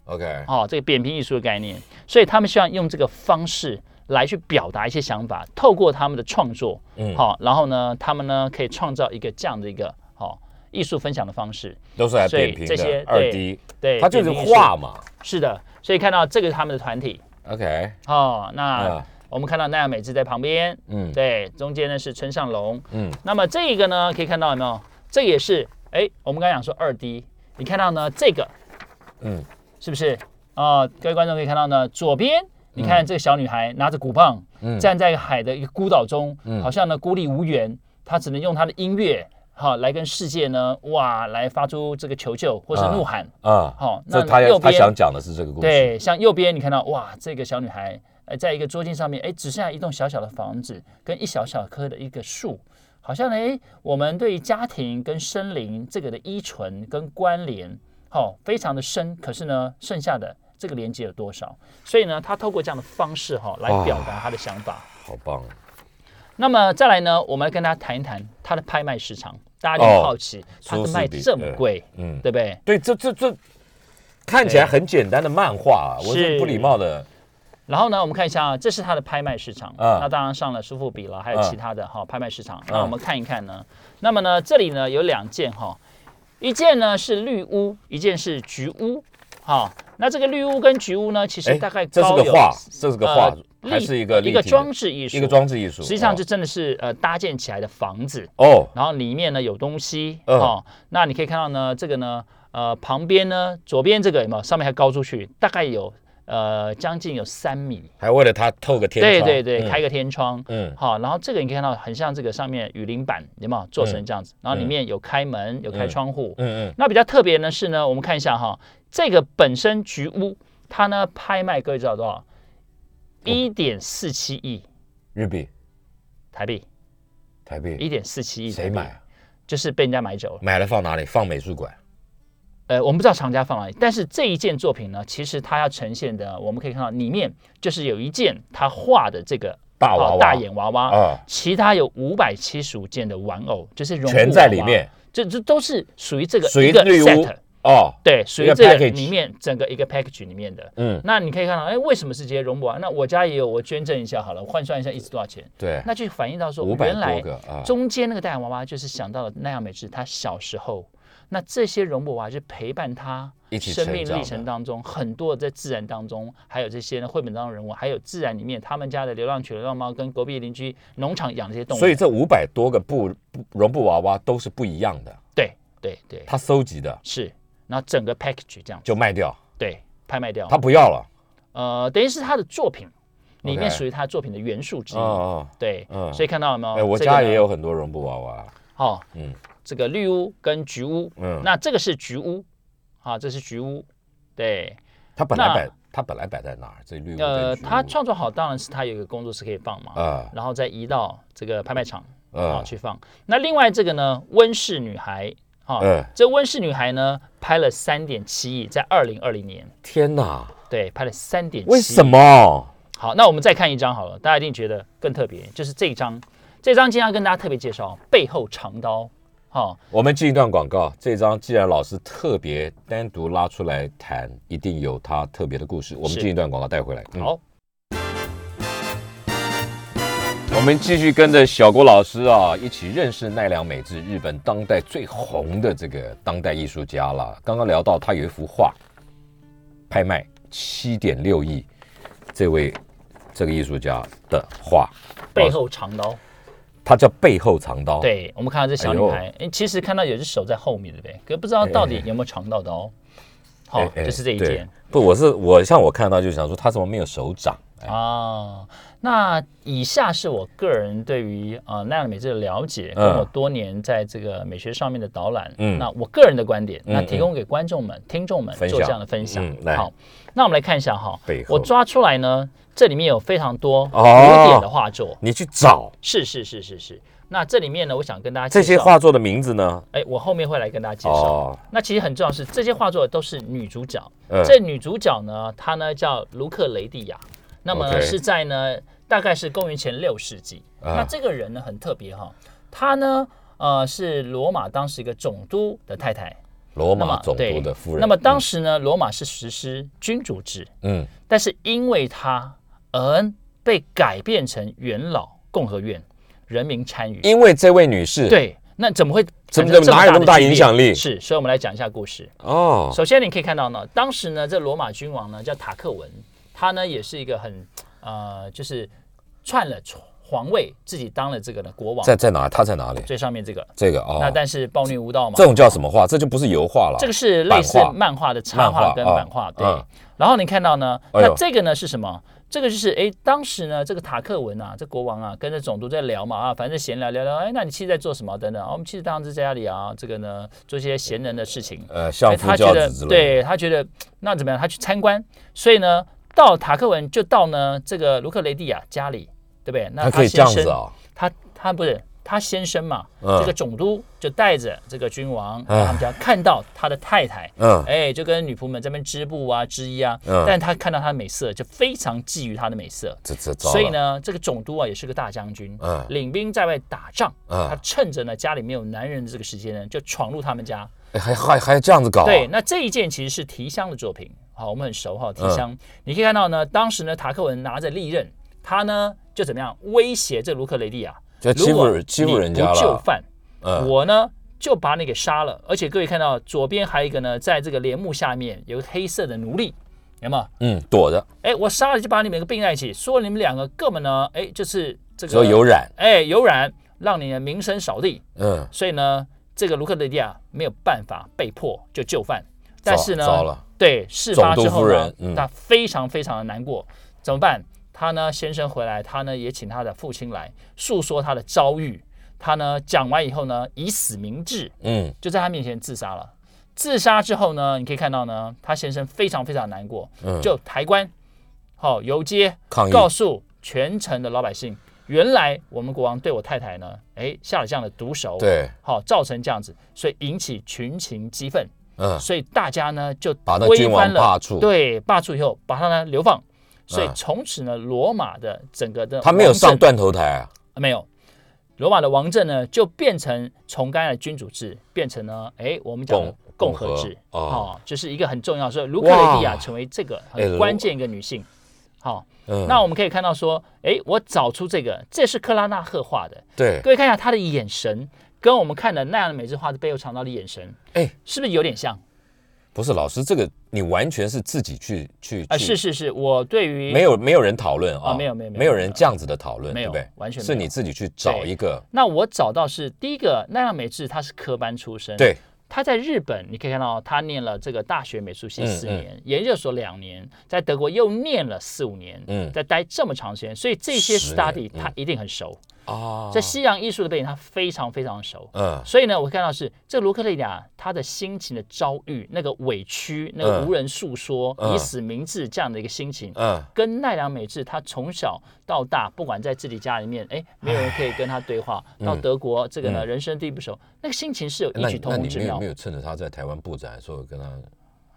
[SPEAKER 2] OK，
[SPEAKER 3] 哦，这个扁平艺术的概念，所以他们希望用这个方式来去表达一些想法，透过他们的创作，
[SPEAKER 2] 嗯
[SPEAKER 3] 好、然后呢，他们呢可以创造一个这样的一个好、哦、艺术分享的方式，
[SPEAKER 2] 都是来
[SPEAKER 3] 所以
[SPEAKER 2] 扁平
[SPEAKER 3] 这些
[SPEAKER 2] 的二 D，
[SPEAKER 3] 对，
[SPEAKER 2] 它就是
[SPEAKER 3] 扁平艺术
[SPEAKER 2] 画，嘛
[SPEAKER 3] 是的，所以看到这个是他们的团体，
[SPEAKER 2] ，OK，
[SPEAKER 3] 哦，那
[SPEAKER 2] 啊
[SPEAKER 3] 我们看到奈良美智在旁边，
[SPEAKER 2] 嗯
[SPEAKER 3] 对，中间呢是村上隆，
[SPEAKER 2] 嗯
[SPEAKER 3] 嗯，那么这一个呢可以看到有没有？这也是，哎，我们刚刚讲说二 D，你看到呢这个，
[SPEAKER 2] 嗯
[SPEAKER 3] 嗯，是不是？啊、各位观众可以看到呢，左边你看这个小女孩拿着鼓棒，站在海的一个孤岛中，好像呢孤立无援，她只能用她的音乐。好，来跟世界呢，哇，来发出这个求救或是
[SPEAKER 2] 啊
[SPEAKER 3] 怒喊，
[SPEAKER 2] 啊，
[SPEAKER 3] 好那
[SPEAKER 2] 这他要
[SPEAKER 3] 右
[SPEAKER 2] 他
[SPEAKER 3] 边
[SPEAKER 2] 想讲的是这个故事，
[SPEAKER 3] 对，像右边你看到哇，这个小女孩，呃，在一个桌巾上面，哎，只剩下一栋小小的房子跟一小小棵的一个树，好像呢，哎，我们对于家庭跟生灵这个的依存跟关联，好、非常的深。可是呢，剩下的这个连接有多少？所以呢，他透过这样的方式哈、来表达他的想法。
[SPEAKER 2] 好棒啊，
[SPEAKER 3] 那么再来呢，我们来跟大家谈一谈它的拍卖市场。大家就
[SPEAKER 2] 哦
[SPEAKER 3] 很好奇，它
[SPEAKER 2] 苏
[SPEAKER 3] 是
[SPEAKER 2] 士
[SPEAKER 3] 卖
[SPEAKER 2] 比
[SPEAKER 3] 这么
[SPEAKER 2] 对
[SPEAKER 3] 贵，
[SPEAKER 2] 嗯
[SPEAKER 3] 对不对？
[SPEAKER 2] 对，这这这看起来很简单的漫画啊，我是
[SPEAKER 3] 是
[SPEAKER 2] 不礼貌的，
[SPEAKER 3] 然后呢，我们看一下啊，这是它的拍卖市场。
[SPEAKER 2] 啊
[SPEAKER 3] 那当然上了苏富比了，还有
[SPEAKER 2] 啊
[SPEAKER 3] 其他的哈、拍卖市场。那我们看一看呢，那么呢，这里呢有两件哈、一件呢是绿屋，一件是橘屋。好、那这个绿屋跟橘屋呢，其实
[SPEAKER 2] 哎
[SPEAKER 3] 大概
[SPEAKER 2] 这是
[SPEAKER 3] 高
[SPEAKER 2] 个
[SPEAKER 3] 有
[SPEAKER 2] 画，这是个
[SPEAKER 3] 呃
[SPEAKER 2] 画，
[SPEAKER 3] 立
[SPEAKER 2] 还是一个
[SPEAKER 3] 一
[SPEAKER 2] 立
[SPEAKER 3] 个
[SPEAKER 2] 体的
[SPEAKER 3] 装置艺术，
[SPEAKER 2] 一个装置艺术，
[SPEAKER 3] 实际上就
[SPEAKER 2] 哦
[SPEAKER 3] 真的是呃搭建起来的房子。
[SPEAKER 2] 哦，
[SPEAKER 3] 然后里面呢有东西、
[SPEAKER 2] 嗯
[SPEAKER 3] 哦，那你可以看到呢，这个呢，呃，旁边呢，左边这个有没有？上面还高出去，大概有呃将近有三米，
[SPEAKER 2] 还为了他透个天
[SPEAKER 3] 对
[SPEAKER 2] 窗
[SPEAKER 3] 对对，
[SPEAKER 2] 嗯
[SPEAKER 3] 开个天窗，
[SPEAKER 2] 嗯
[SPEAKER 3] 好，然后这个你可以看到很像这个上面雨林板有没有做成这样子，然后里面有开门，有开窗户。
[SPEAKER 2] 嗯嗯
[SPEAKER 3] 那比较特别呢是呢，我们看一下哈，这个本身菊屋它呢拍卖各位知道多少？一点四七亿
[SPEAKER 2] 日币
[SPEAKER 3] 台币，
[SPEAKER 2] 台币
[SPEAKER 3] 一点四七亿台
[SPEAKER 2] 谁
[SPEAKER 3] 币
[SPEAKER 2] 买？啊？
[SPEAKER 3] 就是被人家买走了。
[SPEAKER 2] 买了放哪里？放美术馆
[SPEAKER 3] 呃，我们不知道厂家放哪里，但是这一件作品呢，其实它要呈现的，我们可以看到里面就是有一件他画的这个
[SPEAKER 2] 大娃娃
[SPEAKER 3] 哦大眼娃娃，
[SPEAKER 2] 啊
[SPEAKER 3] 其他有五百七十五件的玩偶，就是绒布
[SPEAKER 2] 全在里面
[SPEAKER 3] 娃娃，这这都是属于这个
[SPEAKER 2] 属于
[SPEAKER 3] 一个
[SPEAKER 2] 绿屋
[SPEAKER 3] set，
[SPEAKER 2] 哦，
[SPEAKER 3] 对，属于
[SPEAKER 2] 一个
[SPEAKER 3] 这个
[SPEAKER 2] package
[SPEAKER 3] 里面整个一个 package 里面的。
[SPEAKER 2] 嗯，
[SPEAKER 3] 那你可以看到，哎，为什么是这些容母啊？那我家也有，我捐赠一下好了，我换算一下一次多少钱？
[SPEAKER 2] 对，
[SPEAKER 3] 那就反映到说，
[SPEAKER 2] 五百
[SPEAKER 3] 原
[SPEAKER 2] 多
[SPEAKER 3] 来
[SPEAKER 2] 个啊，
[SPEAKER 3] 中间那个大洋娃娃就是想到了奈良美智她小时候，那这些容母娃是陪伴她
[SPEAKER 2] 一起
[SPEAKER 3] 生命
[SPEAKER 2] 成长
[SPEAKER 3] 历
[SPEAKER 2] 的
[SPEAKER 3] 程当中很多在自然当中，还有这些呢绘本当中的人物，还有自然里面他们家的流浪犬、流浪猫跟隔壁邻居农场养这些动物。
[SPEAKER 2] 所以这五百多个布布绒布娃娃都是不一样的，
[SPEAKER 3] 对对对，
[SPEAKER 2] 他搜集的
[SPEAKER 3] 是，然后整个 package 这样
[SPEAKER 2] 就卖掉，
[SPEAKER 3] 对拍卖掉
[SPEAKER 2] 他，不要了。
[SPEAKER 3] 呃，等于是他的作品里面
[SPEAKER 2] OK
[SPEAKER 3] 属于他作品的元素之一。
[SPEAKER 2] 哦哦，
[SPEAKER 3] 对，
[SPEAKER 2] 嗯
[SPEAKER 3] 所以看到了没有？
[SPEAKER 2] 哎，我
[SPEAKER 3] 这个
[SPEAKER 2] 家
[SPEAKER 3] 呢
[SPEAKER 2] 也有很多绒布娃娃，
[SPEAKER 3] 好，
[SPEAKER 2] 嗯
[SPEAKER 3] 嗯，这个绿屋跟菊屋，
[SPEAKER 2] 嗯
[SPEAKER 3] 那这个是菊屋，啊，这是菊屋，对，
[SPEAKER 2] 它本来
[SPEAKER 3] 那
[SPEAKER 2] 摆它本来摆在哪儿？这绿屋
[SPEAKER 3] 呃，
[SPEAKER 2] 跟橘
[SPEAKER 3] 他
[SPEAKER 2] 屋
[SPEAKER 3] 创作好当然是他有一个工作室可以放嘛，
[SPEAKER 2] 啊
[SPEAKER 3] 然后再移到这个拍卖场啊
[SPEAKER 2] 啊
[SPEAKER 3] 去放。那另外这个呢，温室女孩，啊
[SPEAKER 2] 嗯，
[SPEAKER 3] 这温室女孩呢拍了三点七亿，在二零二零年，
[SPEAKER 2] 天哪，
[SPEAKER 3] 对，拍了三点，
[SPEAKER 2] 为什
[SPEAKER 3] 么？
[SPEAKER 2] 么？
[SPEAKER 3] 好，那我们再看一张好了，大家一定觉得更特别，就是这一张，这张今天要跟大家特别介绍背后长刀，啊哈，
[SPEAKER 2] 我们进一段广告。这张既然老师特别单独拉出来谈，一定有他特别的故事。我们
[SPEAKER 3] 是
[SPEAKER 2] 进一段广告带回来。嗯
[SPEAKER 3] 好。
[SPEAKER 2] 我们继续跟着小郭老师啊，一起认识奈良美智，日本当代最红的这个当代艺术家了。刚刚聊到他有一幅画，拍卖七点六亿，这位这个艺术家的画，
[SPEAKER 3] 背后长刀。
[SPEAKER 2] 他叫背后藏刀。，
[SPEAKER 3] 对，我们看到这小女孩，哎、其实看到有只手在后面，对不对？可不知道到底有没有长到刀。好、
[SPEAKER 2] 哎哎
[SPEAKER 3] 就是这一
[SPEAKER 2] 对
[SPEAKER 3] 件、
[SPEAKER 2] 不，我是我像我看到就想说，他怎么没有手掌？
[SPEAKER 3] 啊。那以下是我个人对于啊、呃奈良美智的了解，跟
[SPEAKER 2] 嗯
[SPEAKER 3] 我多年在这个美学上面的导览，
[SPEAKER 2] 嗯
[SPEAKER 3] 那我个人的观点，
[SPEAKER 2] 嗯
[SPEAKER 3] 那提供给观众们、听众们
[SPEAKER 2] 分享
[SPEAKER 3] 做这样的分享。
[SPEAKER 2] 嗯来
[SPEAKER 3] 好，那我们来看一下哈
[SPEAKER 2] 背，后
[SPEAKER 3] 我抓出来呢，这里面有非常多古
[SPEAKER 2] 哦
[SPEAKER 3] 典的画作，
[SPEAKER 2] 你去找
[SPEAKER 3] 是是是是是。那这里面呢，我想跟大家
[SPEAKER 2] 这
[SPEAKER 3] 介
[SPEAKER 2] 些
[SPEAKER 3] 绍，
[SPEAKER 2] 画作的名字呢？
[SPEAKER 3] 哎，我后面会来跟大家介绍。
[SPEAKER 2] 哦，
[SPEAKER 3] 那其实很重要的是，这些画作都是女主角。
[SPEAKER 2] 嗯
[SPEAKER 3] 这女主角呢，她呢叫卢克雷蒂亚，那么呢
[SPEAKER 2] OK
[SPEAKER 3] 是在呢大概是公元前六世纪。
[SPEAKER 2] 啊
[SPEAKER 3] 那这个人呢很特别哈，她呢呃是罗马当时一个总督的太太，
[SPEAKER 2] 罗
[SPEAKER 3] 那
[SPEAKER 2] 马
[SPEAKER 3] 么
[SPEAKER 2] 总督
[SPEAKER 3] 对
[SPEAKER 2] 的夫人。
[SPEAKER 3] 那么当时呢，罗马是实施君主制，
[SPEAKER 2] 嗯，
[SPEAKER 3] 但是因为她而被改变成元老共和院，人民参与。
[SPEAKER 2] 因为这位女士，，
[SPEAKER 3] 对，那怎么会
[SPEAKER 2] 怎么
[SPEAKER 3] 产生
[SPEAKER 2] 哪有那
[SPEAKER 3] 这
[SPEAKER 2] 么
[SPEAKER 3] 么
[SPEAKER 2] 大
[SPEAKER 3] 的
[SPEAKER 2] 影响力
[SPEAKER 3] 是，所以我们来讲一下故事。
[SPEAKER 2] 哦，
[SPEAKER 3] 首先，你可以看到呢，当时呢，这罗马君王呢叫塔克文，他呢也是一个很呃，就是篡了皇位，自己当了这个呢国王。
[SPEAKER 2] 在在哪？她在哪里？
[SPEAKER 3] 最上面这个，
[SPEAKER 2] 这个哦，
[SPEAKER 3] 那但是暴虐无道嘛
[SPEAKER 2] 这，种叫什么画？这就不是油画了，
[SPEAKER 3] 这个是类似漫画的插
[SPEAKER 2] 漫
[SPEAKER 3] 画
[SPEAKER 2] 画
[SPEAKER 3] 跟
[SPEAKER 2] 啊
[SPEAKER 3] 版画，对
[SPEAKER 2] 嗯。
[SPEAKER 3] 然后你看到呢，
[SPEAKER 2] 哎呦
[SPEAKER 3] 那这个呢是什么？这个就是哎，当时呢，这个塔克文啊，这国王啊，跟着总督在聊嘛啊，反正闲聊聊聊，哎，那你妻子在做什么等等，啊我们妻子当时在家里啊，这个呢做一些闲人的事情，
[SPEAKER 2] 呃，相
[SPEAKER 3] 哎
[SPEAKER 2] 夫
[SPEAKER 3] 他
[SPEAKER 2] 教子
[SPEAKER 3] 觉得
[SPEAKER 2] 之类的。
[SPEAKER 3] 对他觉得那怎么样？他去参观，所以呢，到塔克文就到呢这个卢克雷蒂亚家里，对不对？那
[SPEAKER 2] 他可以这
[SPEAKER 3] 先
[SPEAKER 2] 样
[SPEAKER 3] 生，
[SPEAKER 2] 子啊，
[SPEAKER 3] 他他不是他先生嘛，
[SPEAKER 2] 嗯
[SPEAKER 3] 这个总督就带着这个君王，
[SPEAKER 2] 哎
[SPEAKER 3] 他们家看到他的太太。
[SPEAKER 2] 嗯，
[SPEAKER 3] 哎，就跟女仆们这边织布啊、织衣啊，
[SPEAKER 2] 嗯
[SPEAKER 3] 但他看到她的美色，就非常觊觎她的美色，
[SPEAKER 2] 这这糟了
[SPEAKER 3] 所以，呢，这个总督啊也是个大将军，
[SPEAKER 2] 嗯
[SPEAKER 3] 领兵在外打仗，
[SPEAKER 2] 嗯
[SPEAKER 3] 他趁着呢家里没有男人的这个时间呢，就闯入他们家，
[SPEAKER 2] 哎还还还这样子搞啊，
[SPEAKER 3] 对，那这一件其实是提香的作品，好，我们很熟
[SPEAKER 2] 嗯
[SPEAKER 3] 哈，提香。你可以看到呢，当时呢，塔克文拿着利刃，他呢就怎么样威胁这卢克雷利亚，
[SPEAKER 2] 就呃欺负
[SPEAKER 3] 如果
[SPEAKER 2] 人欺负人
[SPEAKER 3] 你
[SPEAKER 2] 家
[SPEAKER 3] 不就
[SPEAKER 2] 了，
[SPEAKER 3] 范，
[SPEAKER 2] 嗯，
[SPEAKER 3] 我呢就把你给杀了。而且各位看到左边还有一个呢，在这个帘幕下面有个黑色的奴隶，有没有？
[SPEAKER 2] 嗯，躲着，
[SPEAKER 3] 哎，我杀了就把你们个并在一起，说你们两个根本呢，哎，就是这
[SPEAKER 2] 只要
[SPEAKER 3] 个
[SPEAKER 2] 有染，
[SPEAKER 3] 哎有染，让你的名声扫地。
[SPEAKER 2] 嗯，
[SPEAKER 3] 所以呢，这个卢克雷蒂亚没有办法被迫就就范，但是呢，
[SPEAKER 2] 糟了
[SPEAKER 3] 对事发之
[SPEAKER 2] 总督夫
[SPEAKER 3] 后呢
[SPEAKER 2] 人，嗯
[SPEAKER 3] 他非常非常的难过，怎么办？他呢，先生回来，他呢也请他的父亲来诉说他的遭遇。他呢讲完以后呢，以死明志，
[SPEAKER 2] 嗯，
[SPEAKER 3] 就在他面前自杀了。自杀之后呢，你可以看到呢，他先生非常非常难过，
[SPEAKER 2] 嗯
[SPEAKER 3] 就抬棺，好、游街，
[SPEAKER 2] 抗议
[SPEAKER 3] 告诉全城的老百姓，原来我们国王对我太太呢，哎下了这样的毒手，，
[SPEAKER 2] 对，
[SPEAKER 3] 好、造成这样子，所以引起群情激愤，
[SPEAKER 2] 嗯，
[SPEAKER 3] 所以大家呢就
[SPEAKER 2] 把那
[SPEAKER 3] 推
[SPEAKER 2] 君王
[SPEAKER 3] 翻了，
[SPEAKER 2] 罢黜，，
[SPEAKER 3] 对，罢黜以后把他呢流放，所以
[SPEAKER 2] 嗯
[SPEAKER 3] 从此呢，罗马的整个的
[SPEAKER 2] 他没有
[SPEAKER 3] 王政
[SPEAKER 2] 上断头台啊，
[SPEAKER 3] 没有，罗马的王政呢就变成从刚才的君主制变成呢，哎，我们讲的
[SPEAKER 2] 共
[SPEAKER 3] 共和制
[SPEAKER 2] 共和哦
[SPEAKER 3] 哦，就是一个很重要，所以卢克雷蒂亚
[SPEAKER 2] 哇
[SPEAKER 3] 成为这个
[SPEAKER 2] 哎
[SPEAKER 3] 很
[SPEAKER 2] 卢
[SPEAKER 3] 关键一个女性。好、
[SPEAKER 2] 嗯
[SPEAKER 3] 那我们可以看到说，哎，我找出这个，这是克拉纳赫画的，
[SPEAKER 2] 对
[SPEAKER 3] 各位看一下她的眼神，跟我们看的那样的每日画的背后藏刀的眼神，
[SPEAKER 2] 哎
[SPEAKER 3] 是不是有点像？
[SPEAKER 2] 不是老师，这个你完全是自己去去
[SPEAKER 3] 啊，
[SPEAKER 2] 去
[SPEAKER 3] 是是是，我对于
[SPEAKER 2] 没有没有人讨论啊，
[SPEAKER 3] 啊没有没有没有
[SPEAKER 2] 没有人这样子的讨论，
[SPEAKER 3] 没
[SPEAKER 2] 对
[SPEAKER 3] 有
[SPEAKER 2] 不对？
[SPEAKER 3] 完全没有
[SPEAKER 2] 是你自己去找一个，
[SPEAKER 3] 那我找到是第一个奈良美智，她是科班出身，，
[SPEAKER 2] 对，
[SPEAKER 3] 她在日本你可以看到她念了这个大学美术系
[SPEAKER 2] 嗯
[SPEAKER 3] 四
[SPEAKER 2] 嗯
[SPEAKER 3] 年，研究所两年，在德国又念了四五年，
[SPEAKER 2] 嗯
[SPEAKER 3] 在待这么长时间，所以这些
[SPEAKER 2] 十年
[SPEAKER 3] study 她一定很熟，
[SPEAKER 2] 啊，
[SPEAKER 3] 在西洋艺术的背景她非常非常熟。
[SPEAKER 2] 嗯
[SPEAKER 3] 所以呢，我看到是这卢克利亚她的心情的遭遇，那个委屈，那个
[SPEAKER 2] 嗯
[SPEAKER 3] 无人诉说，
[SPEAKER 2] 嗯
[SPEAKER 3] 以死明志这样的一个心情，
[SPEAKER 2] 嗯，
[SPEAKER 3] 跟奈良美智，她从小到大，不管在自己家里面，哎，没有人可以跟她对话。到德国，这个呢，人生地不熟，那个心情是有
[SPEAKER 2] 那
[SPEAKER 3] 异
[SPEAKER 2] 你
[SPEAKER 3] 曲
[SPEAKER 2] 嗯那
[SPEAKER 3] 同工
[SPEAKER 2] 你
[SPEAKER 3] 之
[SPEAKER 2] 没有
[SPEAKER 3] 妙
[SPEAKER 2] 没。有趁着他在台湾布展，说跟他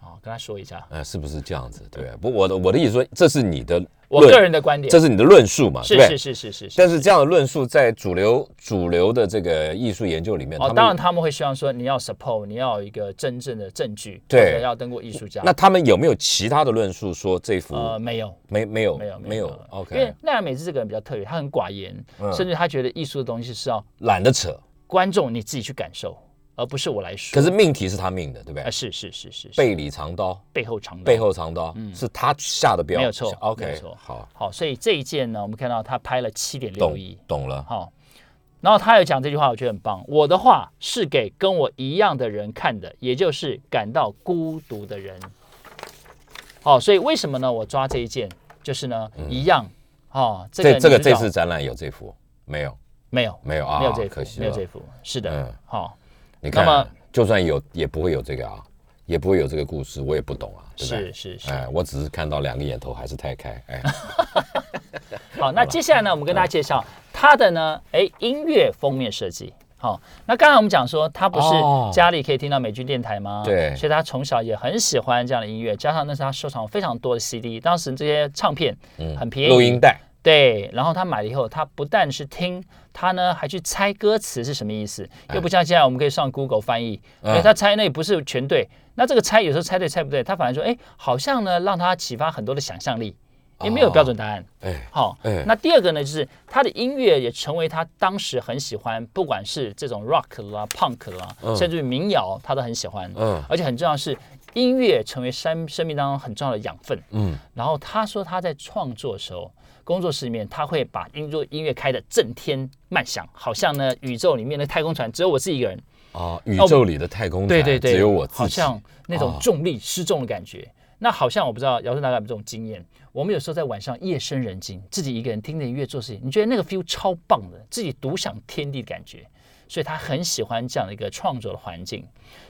[SPEAKER 3] 好，跟她说一下，
[SPEAKER 2] 哎是不是这样子？对啊不对，不，我的我的意思说，这是你的
[SPEAKER 3] 我
[SPEAKER 2] 论
[SPEAKER 3] 个人的观点
[SPEAKER 2] 这，是你的论述嘛，对
[SPEAKER 3] 是
[SPEAKER 2] 不对？
[SPEAKER 3] 是是是是是。
[SPEAKER 2] 但是这样的论述在主流主流的这个艺术研究里面，他
[SPEAKER 3] 哦，
[SPEAKER 2] 们
[SPEAKER 3] 当然他们会希望说你要 support，你要有一个真正的证据，
[SPEAKER 2] 对
[SPEAKER 3] 或者要登过艺术家。
[SPEAKER 2] 那他们有没有其他的论述说这幅
[SPEAKER 3] 呃，没有，
[SPEAKER 2] 没没有
[SPEAKER 3] 没有，
[SPEAKER 2] 没有
[SPEAKER 3] 因为
[SPEAKER 2] ，OK，嗯
[SPEAKER 3] 奈良美智这个人比较特别，他很寡言，甚至他觉得艺术的东西是要
[SPEAKER 2] 懒得扯，
[SPEAKER 3] 观众你自己去感受，而不是我来说。
[SPEAKER 2] 可是命题是他命的，对不
[SPEAKER 3] 啊，
[SPEAKER 2] 对？
[SPEAKER 3] 是是是是，是
[SPEAKER 2] 背里藏刀，
[SPEAKER 3] 背后长
[SPEAKER 2] 背后藏刀是他下的标，
[SPEAKER 3] 没有错没有
[SPEAKER 2] ，OK，
[SPEAKER 3] 错
[SPEAKER 2] 好，
[SPEAKER 3] 好，所以这一件呢，我们看到他拍了七点六
[SPEAKER 2] 懂
[SPEAKER 3] 亿，
[SPEAKER 2] 懂了，
[SPEAKER 3] 好，然后他有讲这句话，我觉得很棒。我的话是给跟我一样的人看的，也就是感到孤独的人。好，所以为什么呢？我抓这一件，就是呢，一样，哦，这个
[SPEAKER 2] 嗯这这个
[SPEAKER 3] 女主角
[SPEAKER 2] 这次展览有这幅没有？
[SPEAKER 3] 没有，
[SPEAKER 2] 没有啊，
[SPEAKER 3] 没有这
[SPEAKER 2] 可惜
[SPEAKER 3] 幅，没有
[SPEAKER 2] 了
[SPEAKER 3] 这。幅，是
[SPEAKER 2] 嗯
[SPEAKER 3] 的，好，
[SPEAKER 2] 你
[SPEAKER 3] 那
[SPEAKER 2] 看啊
[SPEAKER 3] 么，
[SPEAKER 2] 就算有也不会有这个啊，也不会有这个故事，我也不懂啊，对不
[SPEAKER 3] 是
[SPEAKER 2] 对？
[SPEAKER 3] 是是。
[SPEAKER 2] 哎，我只是看到两个眼头还是太开， 哎，
[SPEAKER 3] 好，那接下来呢，我们跟大家介绍它的呢，哎，音乐封面设计。好、那刚才我们讲说，他不是
[SPEAKER 2] 哦
[SPEAKER 3] 家里可以听到美剧电台吗？
[SPEAKER 2] 对
[SPEAKER 3] 所以他从小也很喜欢这样的音乐，加上那是他收藏非常多的 CD，当时这些唱片很便宜，
[SPEAKER 2] 嗯录音带，
[SPEAKER 3] 对，然后他买了以后，他不但是听，他呢还去猜歌词是什么意思，又
[SPEAKER 2] 哎
[SPEAKER 3] 不像现在我们可以上 Google 翻译，因
[SPEAKER 2] 嗯
[SPEAKER 3] 为他猜那也不是全对。那这个猜有时候猜对猜不对，他反而说，哎，好像呢让他启发很多的想象力，也没有标准答案。
[SPEAKER 2] 哎，
[SPEAKER 3] 好、
[SPEAKER 2] 哦哎
[SPEAKER 3] 那第二个呢，就是他的音乐也成为他当时很喜欢，不管是这种 rock 啦、punk 啦，甚至于民谣，他都很喜欢。
[SPEAKER 2] 嗯
[SPEAKER 3] 而且很重要的是，音乐成为生生命当中很重要的养分。嗯，然后他说他在创作的时候，工作室里面他会把音乐音乐开的震天漫响，好像呢宇宙里面的太空船只有我自己一个人。
[SPEAKER 2] 啊，宇宙里的太空
[SPEAKER 3] 哦对对
[SPEAKER 2] 船
[SPEAKER 3] 对，啊
[SPEAKER 2] 只有我自
[SPEAKER 3] 好
[SPEAKER 2] 己，
[SPEAKER 3] 像那种重力失重的感觉。那好像我不知道姚顺大概有没有这种经验。我们有时候在晚上夜深人静，自己一个人听着音乐做事情，你觉得那个 feel 超棒的，自己独享天地的感觉。所以他很喜欢这样的一个创作的环境。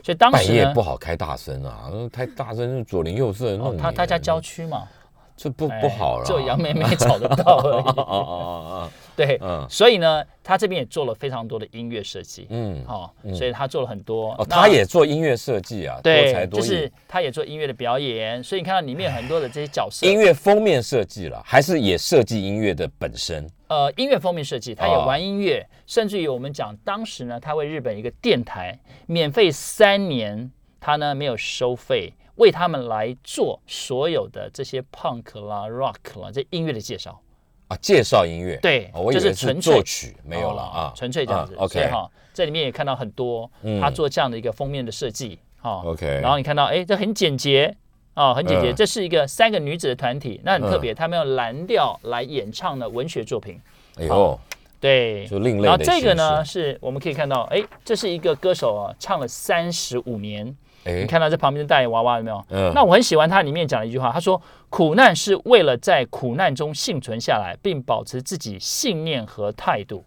[SPEAKER 3] 所以当
[SPEAKER 2] 半
[SPEAKER 3] 时
[SPEAKER 2] 夜
[SPEAKER 3] 呢
[SPEAKER 2] 不，好开大声啊，太大声左邻右舍弄
[SPEAKER 3] 哦
[SPEAKER 2] 你。
[SPEAKER 3] 他他家郊区嘛，
[SPEAKER 2] 这不
[SPEAKER 3] 哎
[SPEAKER 2] 不好了，
[SPEAKER 3] 只有杨妹妹找得到而
[SPEAKER 2] 啊 啊
[SPEAKER 3] 已。
[SPEAKER 2] 啊啊啊！
[SPEAKER 3] 对，
[SPEAKER 2] 嗯
[SPEAKER 3] 所以呢，他这边也做了非常多的音乐设计。
[SPEAKER 2] 嗯，
[SPEAKER 3] 好、所以他做了很多。
[SPEAKER 2] 哦，
[SPEAKER 3] 那
[SPEAKER 2] 他也做音乐设计啊，多才
[SPEAKER 3] 对，
[SPEAKER 2] 多
[SPEAKER 3] 就
[SPEAKER 2] 艺，
[SPEAKER 3] 是他也做音乐的表演，所以你看到里面有很多的这些角色。
[SPEAKER 2] 音乐封面设计了，还是也设计音乐的本身
[SPEAKER 3] 呃音乐封面设计，他也
[SPEAKER 2] 哦
[SPEAKER 3] 玩音乐，甚至于我们讲当时呢，他为日本一个电台免费三年，他呢没有收费，为他们来做所有的这些 punk 啦、rock 啦这音乐的介绍，
[SPEAKER 2] 啊？介绍音乐，
[SPEAKER 3] 对
[SPEAKER 2] 哦我以
[SPEAKER 3] 就是
[SPEAKER 2] 为
[SPEAKER 3] 纯粹
[SPEAKER 2] 作曲，没有了啊
[SPEAKER 3] 哦，纯粹这样子。
[SPEAKER 2] 啊
[SPEAKER 3] 所以
[SPEAKER 2] ，OK，嗯
[SPEAKER 3] 哈，这里面也看到很多他做这样的一个封面的设计，哈
[SPEAKER 2] OK
[SPEAKER 3] 然后你看到，哎，这很简洁。哦，很简洁，
[SPEAKER 2] 嗯
[SPEAKER 3] 这是一个三个女子的团体，那很特别，他们用蓝调来演唱的文学作品。
[SPEAKER 2] 哎呦，
[SPEAKER 3] 对，
[SPEAKER 2] 就另类的
[SPEAKER 3] 然后这个
[SPEAKER 2] 形
[SPEAKER 3] 呢，是我们可以看到，哎，这是一个歌手啊，唱了三十五年。
[SPEAKER 2] 哎
[SPEAKER 3] 你，看到这旁边的大眼娃娃有没有？
[SPEAKER 2] 嗯
[SPEAKER 3] 那我很喜欢他里面讲的一句话，他说：“苦难是为了在苦难中幸存下来，并保持自己信念和态度。”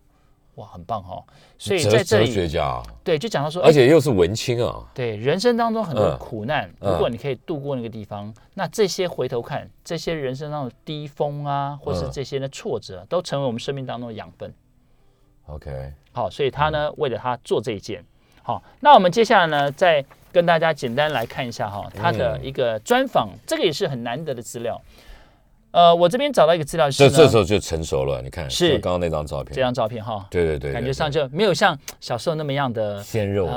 [SPEAKER 3] 哇，很棒哦！所以
[SPEAKER 2] 哲
[SPEAKER 3] 在这
[SPEAKER 2] 哲学
[SPEAKER 3] 里，
[SPEAKER 2] 家啊，
[SPEAKER 3] 对，就讲到说，
[SPEAKER 2] 而
[SPEAKER 3] 哎，
[SPEAKER 2] 且又是文青啊，
[SPEAKER 3] 对人生当中很多
[SPEAKER 2] 嗯
[SPEAKER 3] 苦难，
[SPEAKER 2] 嗯
[SPEAKER 3] 如果你可以度过那个地方，那这些回头看，这些人生当中的低峰啊，或是
[SPEAKER 2] 嗯
[SPEAKER 3] 这些的挫折，都成为我们生命当中的养分。
[SPEAKER 2] ，OK，
[SPEAKER 3] 好，所以他
[SPEAKER 2] 嗯
[SPEAKER 3] 呢，为了他做这一件。好，那我们接下来呢，再跟
[SPEAKER 2] 嗯
[SPEAKER 3] 大家简单来看一下哈，他的一个专访，这个也是很难得的资料。呃，我这边找到一个资料是
[SPEAKER 2] 这
[SPEAKER 3] 呢，
[SPEAKER 2] 这时候就成熟了。你看，
[SPEAKER 3] 是
[SPEAKER 2] 就刚刚那张照片，
[SPEAKER 3] 这张照片哈，
[SPEAKER 2] 对对对，
[SPEAKER 3] 感觉
[SPEAKER 2] 对
[SPEAKER 3] 上就没有像小时候那么样的
[SPEAKER 2] 鲜肉啊，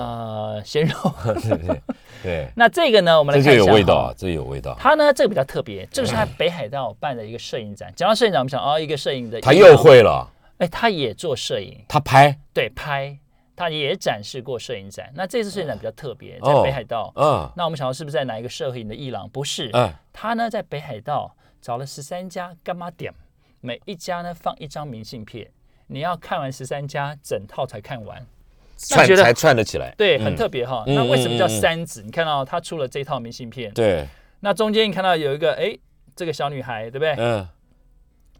[SPEAKER 3] 呃鲜肉。
[SPEAKER 2] 对对对，
[SPEAKER 3] 那这个呢，我们来
[SPEAKER 2] 这
[SPEAKER 3] 看
[SPEAKER 2] 就有
[SPEAKER 3] 一下哈，
[SPEAKER 2] 味道嗯啊，这有味道。
[SPEAKER 3] 它呢，这个比较特别，这个是它北海道办的一个摄影展。讲到摄影展，我们想哦，一个摄影的，
[SPEAKER 2] 他又，会了，
[SPEAKER 3] 哎，他也做摄影，
[SPEAKER 2] 他拍，
[SPEAKER 3] 对，拍，他也展示过摄影展。那这次摄影展比较特别，在
[SPEAKER 2] 哦
[SPEAKER 3] 北海道。
[SPEAKER 2] 嗯
[SPEAKER 3] 那我们想到是不是在哪一个摄影的伊朗？不是，
[SPEAKER 2] 嗯
[SPEAKER 3] 他呢在北海道找了十三家干妈点，每一家呢放一张明信片，你要看完十三家整套才看完。
[SPEAKER 2] 串
[SPEAKER 3] 觉得
[SPEAKER 2] 才串得起来。
[SPEAKER 3] 对，
[SPEAKER 2] 嗯
[SPEAKER 3] 很特别哈。
[SPEAKER 2] 嗯
[SPEAKER 3] 那为什么叫
[SPEAKER 2] 嗯嗯嗯
[SPEAKER 3] 三子？你看到他出了这套明信片，
[SPEAKER 2] 对，
[SPEAKER 3] 那中间你看到有一个哎，这个小女孩，对不对？
[SPEAKER 2] 嗯，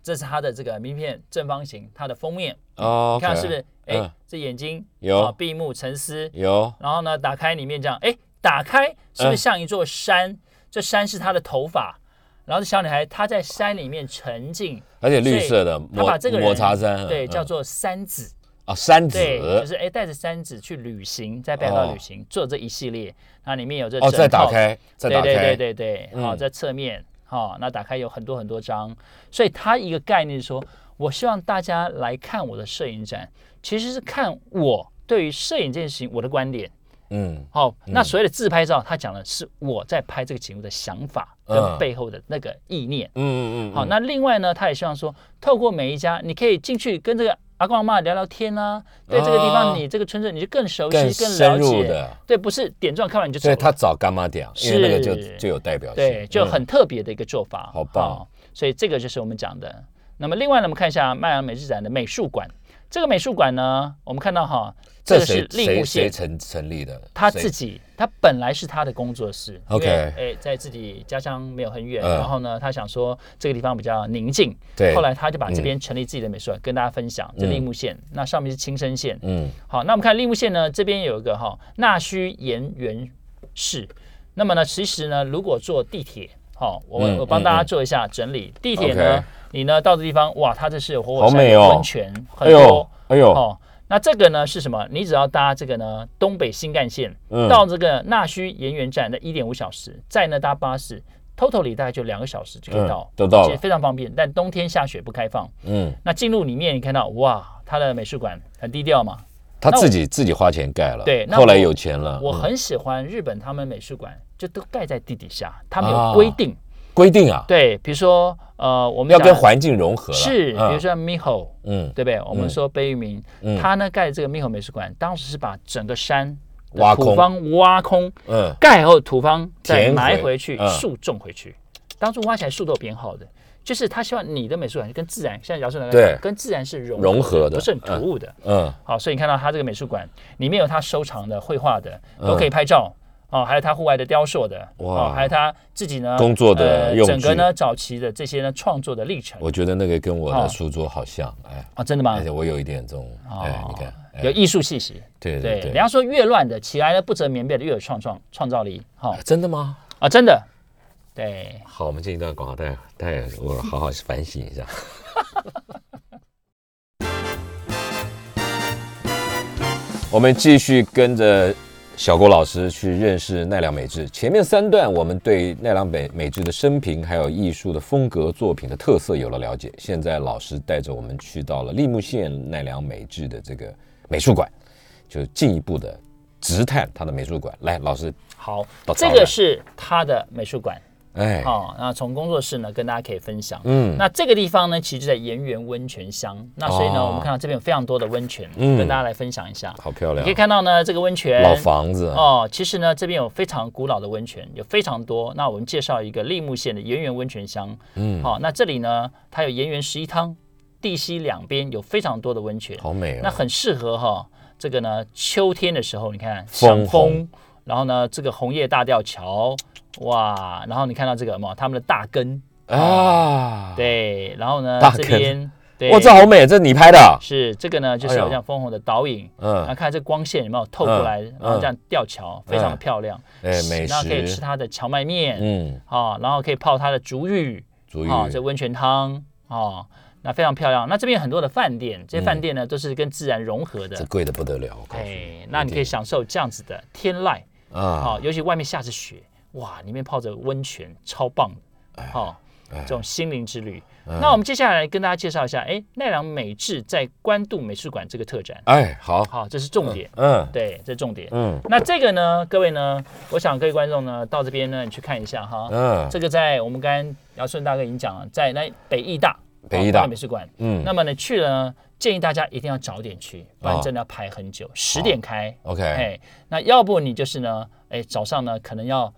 [SPEAKER 3] 这是她的这个名片正方形，它的封面，
[SPEAKER 2] 哦
[SPEAKER 3] 你，看到是不是？
[SPEAKER 2] 嗯
[SPEAKER 3] 哎，这眼睛
[SPEAKER 2] 有
[SPEAKER 3] 啊闭目沉思，
[SPEAKER 2] 有
[SPEAKER 3] 然后呢，打开里面这样，哎，打开是不
[SPEAKER 2] 嗯
[SPEAKER 3] 是像一座山？这山是她的头发，然后这小女孩她在山里面沉浸，
[SPEAKER 2] 而且绿色的
[SPEAKER 3] 所以
[SPEAKER 2] 抹
[SPEAKER 3] 她把这个人
[SPEAKER 2] 抹茶山，
[SPEAKER 3] 对，
[SPEAKER 2] 嗯
[SPEAKER 3] 叫做山子，
[SPEAKER 2] 啊山子，
[SPEAKER 3] 对，就是哎带着山子去旅行，在北海道
[SPEAKER 2] 哦
[SPEAKER 3] 旅行做这一系列，那里面有这
[SPEAKER 2] 哦，
[SPEAKER 3] 整
[SPEAKER 2] 再打
[SPEAKER 3] 套
[SPEAKER 2] 开，再打
[SPEAKER 3] 对对
[SPEAKER 2] 开，
[SPEAKER 3] 对对对，
[SPEAKER 2] 嗯
[SPEAKER 3] 好、在侧面，好、那打开有很多很多张，所以它一个概念是说，我希望大家来看我的摄影展，其实是看我对于摄影这件事情我的观点。
[SPEAKER 2] 嗯，
[SPEAKER 3] 好、那所谓的自拍照，它讲的是我在拍这个景物的想法
[SPEAKER 2] 嗯
[SPEAKER 3] 跟背后的那个意念。
[SPEAKER 2] 嗯嗯嗯，
[SPEAKER 3] 好，那另外呢，他也希望说，透过每一家，你可以进去跟这个阿公阿妈聊聊天啊，对这个地
[SPEAKER 2] 哦
[SPEAKER 3] 方你这个村子你就更熟悉、
[SPEAKER 2] 更
[SPEAKER 3] 更
[SPEAKER 2] 深
[SPEAKER 3] 了
[SPEAKER 2] 入
[SPEAKER 3] 解。
[SPEAKER 2] 的，
[SPEAKER 3] 对，不是点状看完你就走
[SPEAKER 2] 所以
[SPEAKER 3] 了。
[SPEAKER 2] 他找干妈点，因为那个就是就有代表性，
[SPEAKER 3] 对，就
[SPEAKER 2] 嗯
[SPEAKER 3] 很特别的一个做法。
[SPEAKER 2] 好棒
[SPEAKER 3] 所以这个就是我们讲的。那么另外呢，我们看一下麦阳美智展的美术馆。这个美术馆呢，我们看到哈，这
[SPEAKER 2] 这
[SPEAKER 3] 个是
[SPEAKER 2] 谁
[SPEAKER 3] 立
[SPEAKER 2] 谁
[SPEAKER 3] 木
[SPEAKER 2] 谁
[SPEAKER 3] 县
[SPEAKER 2] 成成立的？
[SPEAKER 3] 他
[SPEAKER 2] 谁
[SPEAKER 3] 自己，他本来是他的工作室。
[SPEAKER 2] OK
[SPEAKER 3] 因为哎，在自己家乡没有很远，
[SPEAKER 2] 嗯
[SPEAKER 3] 然后呢，他想说这个地方比较宁静，
[SPEAKER 2] 对
[SPEAKER 3] 后来他就把这边成立自己的美术馆跟大家分享。这
[SPEAKER 2] 嗯
[SPEAKER 3] 立木县，那上面是青森县，
[SPEAKER 2] 嗯
[SPEAKER 3] 好，那我们看立木县呢，这边有一个哈纳须盐原市。那么呢，其实呢，如果坐地铁，好、我、
[SPEAKER 2] 嗯
[SPEAKER 3] 我帮
[SPEAKER 2] 嗯
[SPEAKER 3] 大家
[SPEAKER 2] 嗯
[SPEAKER 3] 做一下整理。地铁呢
[SPEAKER 2] OK
[SPEAKER 3] 你呢到这地方，哇，它这是有活火
[SPEAKER 2] 好
[SPEAKER 3] 山、
[SPEAKER 2] 美
[SPEAKER 3] 有
[SPEAKER 2] 哦
[SPEAKER 3] 温泉，
[SPEAKER 2] 哎
[SPEAKER 3] 很
[SPEAKER 2] 呦
[SPEAKER 3] 多、
[SPEAKER 2] 哎呦，
[SPEAKER 3] 哦。那这个呢是什么？你只要搭这个呢东北新干线、
[SPEAKER 2] 嗯
[SPEAKER 3] 到这个纳须盐原站的一点五小时，再呢搭巴士，totally 大概就两个小时就可
[SPEAKER 2] 嗯
[SPEAKER 3] 以到，
[SPEAKER 2] 都到了
[SPEAKER 3] 其实非常方便。但冬天下雪不开放。
[SPEAKER 2] 嗯，
[SPEAKER 3] 那进入里面，你看到哇，它的美术馆很低调嘛，
[SPEAKER 2] 他
[SPEAKER 3] 那我
[SPEAKER 2] 自己自己花钱盖了，
[SPEAKER 3] 对那
[SPEAKER 2] 后来
[SPEAKER 3] 我
[SPEAKER 2] 有钱了，
[SPEAKER 3] 我
[SPEAKER 2] 嗯
[SPEAKER 3] 很喜欢日本他们美术馆就都盖在地底下，他们
[SPEAKER 2] 啊
[SPEAKER 3] 有规定。
[SPEAKER 2] 规定啊，
[SPEAKER 3] 对，比如说呃，我们
[SPEAKER 2] 要跟
[SPEAKER 3] 讲
[SPEAKER 2] 环境融合了，
[SPEAKER 3] 是，
[SPEAKER 2] 嗯
[SPEAKER 3] 比如说 Miho，、
[SPEAKER 2] 嗯
[SPEAKER 3] 对不对？我们说贝聿铭，
[SPEAKER 2] 嗯
[SPEAKER 3] 他呢盖的这个 Miho 美术馆，当时是把整个山的
[SPEAKER 2] 挖空
[SPEAKER 3] 土方挖空，
[SPEAKER 2] 嗯，
[SPEAKER 3] 盖后土方再
[SPEAKER 2] 填
[SPEAKER 3] 埋
[SPEAKER 2] 回
[SPEAKER 3] 回去
[SPEAKER 2] 嗯，
[SPEAKER 3] 树种回去。当初挖起来树都有编号的，就是他希望你的美术馆跟自然，像姚顺
[SPEAKER 2] 对
[SPEAKER 3] 的，跟自然是融
[SPEAKER 2] 融合的
[SPEAKER 3] 不是很突兀的。
[SPEAKER 2] 嗯
[SPEAKER 3] 好，所以你看到他这个美术馆里面有他收藏的绘画的，都可以拍照。哦，还有他户外的雕塑的，
[SPEAKER 2] 嗯哇
[SPEAKER 3] 哦，还有他自己呢
[SPEAKER 2] 工作的
[SPEAKER 3] 呃
[SPEAKER 2] 用
[SPEAKER 3] 整个
[SPEAKER 2] 具
[SPEAKER 3] 呢早期的这些呢创作的历程
[SPEAKER 2] 我觉得那个跟我的
[SPEAKER 3] 好
[SPEAKER 2] 书桌好像，哎，
[SPEAKER 3] 哦，真的吗
[SPEAKER 2] 而且？我有一点这种，哎，你看，哎
[SPEAKER 3] 有艺术气息，
[SPEAKER 2] 对
[SPEAKER 3] 对，
[SPEAKER 2] 对
[SPEAKER 3] 人，家说越乱的起来呢不折棉被的越有创创创造力，好
[SPEAKER 2] 哎真的吗？
[SPEAKER 3] 啊，真的，对。
[SPEAKER 2] 好，我们进一段广告，待待会儿我好好反省一下。 我们继续跟着小郭老师去认识奈良美智。前面三段我们对奈良美美智的生平还有艺术的风格、作品的特色有了了解。现在老师带着我们去到了立木县奈良美智的这个美术馆，就进一步的直探他的美术馆。来，老师，
[SPEAKER 3] 好
[SPEAKER 2] 到，
[SPEAKER 3] 这
[SPEAKER 2] 早
[SPEAKER 3] 个
[SPEAKER 2] 了
[SPEAKER 3] 是他的美术馆
[SPEAKER 2] 哎，
[SPEAKER 3] 哦。那从工作室呢，跟大家可以分享。
[SPEAKER 2] 嗯
[SPEAKER 3] 那这个地方呢，其实就在盐源温泉乡。那所以呢，
[SPEAKER 2] 哦
[SPEAKER 3] 我们看到这边有非常多的温泉，
[SPEAKER 2] 嗯
[SPEAKER 3] 跟大家来分享一下。
[SPEAKER 2] 好漂
[SPEAKER 3] 你
[SPEAKER 2] 亮啊
[SPEAKER 3] 可以，看到呢，这个温泉
[SPEAKER 2] 老房子，啊
[SPEAKER 3] 哦，其实呢，这边有非常古老的温泉，有非常多。那我们介绍一个立木县的盐源温泉乡，
[SPEAKER 2] 嗯，
[SPEAKER 3] 好、那这里呢，它有盐源十一汤，地西两边有非常多的温泉，
[SPEAKER 2] 好美哦。
[SPEAKER 3] 那很适合哈、这个呢，秋天的时候，你看
[SPEAKER 2] 枫
[SPEAKER 3] 赏
[SPEAKER 2] 红
[SPEAKER 3] 枫，然后呢，这个红叶大吊桥，哇，然后你看到这个嘛，他们的大根，
[SPEAKER 2] 啊，
[SPEAKER 3] 对，然后呢
[SPEAKER 2] 大，
[SPEAKER 3] 这
[SPEAKER 2] 根
[SPEAKER 3] 边对，
[SPEAKER 2] 哇，这好美，这是你拍的啊，
[SPEAKER 3] 是这个呢，就是
[SPEAKER 2] 哎
[SPEAKER 3] 有
[SPEAKER 2] 呦
[SPEAKER 3] 像枫红的倒影。然后
[SPEAKER 2] 嗯，
[SPEAKER 3] 看这光线有没有透过来，
[SPEAKER 2] 嗯
[SPEAKER 3] 然后这样吊桥，非常的漂亮。
[SPEAKER 2] 哎，美
[SPEAKER 3] 然后可以吃
[SPEAKER 2] 食，
[SPEAKER 3] 它的荞麦面，
[SPEAKER 2] 嗯，
[SPEAKER 3] 啊，然后可以泡它的竹芋，
[SPEAKER 2] 竹
[SPEAKER 3] 啊，这
[SPEAKER 2] 芋，
[SPEAKER 3] 温泉汤，啊，那非常漂亮。那这边有很多的饭店，这些饭店呢都是跟自然融合
[SPEAKER 2] 嗯这
[SPEAKER 3] 的，
[SPEAKER 2] 贵的不得了，我告诉你，
[SPEAKER 3] 哎，那你可以享受这样子的天籁，啊
[SPEAKER 2] 啊，，哎
[SPEAKER 3] 尤其外面下着雪，哇，里面泡着温泉，超棒的，好。哦这种心灵之旅。
[SPEAKER 2] 嗯
[SPEAKER 3] 那我们接下来跟大家介绍一下，哎，奈良美智在关渡美术馆这个特展。
[SPEAKER 2] 哎，好，
[SPEAKER 3] 好，这是重点，
[SPEAKER 2] 嗯
[SPEAKER 3] 对，这是重点。
[SPEAKER 2] 嗯
[SPEAKER 3] 那这个呢，各位呢，我想各位观众呢，到这边呢，你去看一下哈。
[SPEAKER 2] 嗯
[SPEAKER 3] 这个在我们刚刚姚顺大哥已经讲了，在那北艺大
[SPEAKER 2] 北艺大
[SPEAKER 3] 哦美术馆。
[SPEAKER 2] 嗯
[SPEAKER 3] 那么呢，去了呢，建议大家一定要早点去，不然真的要排很久，十点开。
[SPEAKER 2] ，OK，
[SPEAKER 3] 哎，那要不你就是呢，哎，早上呢可能要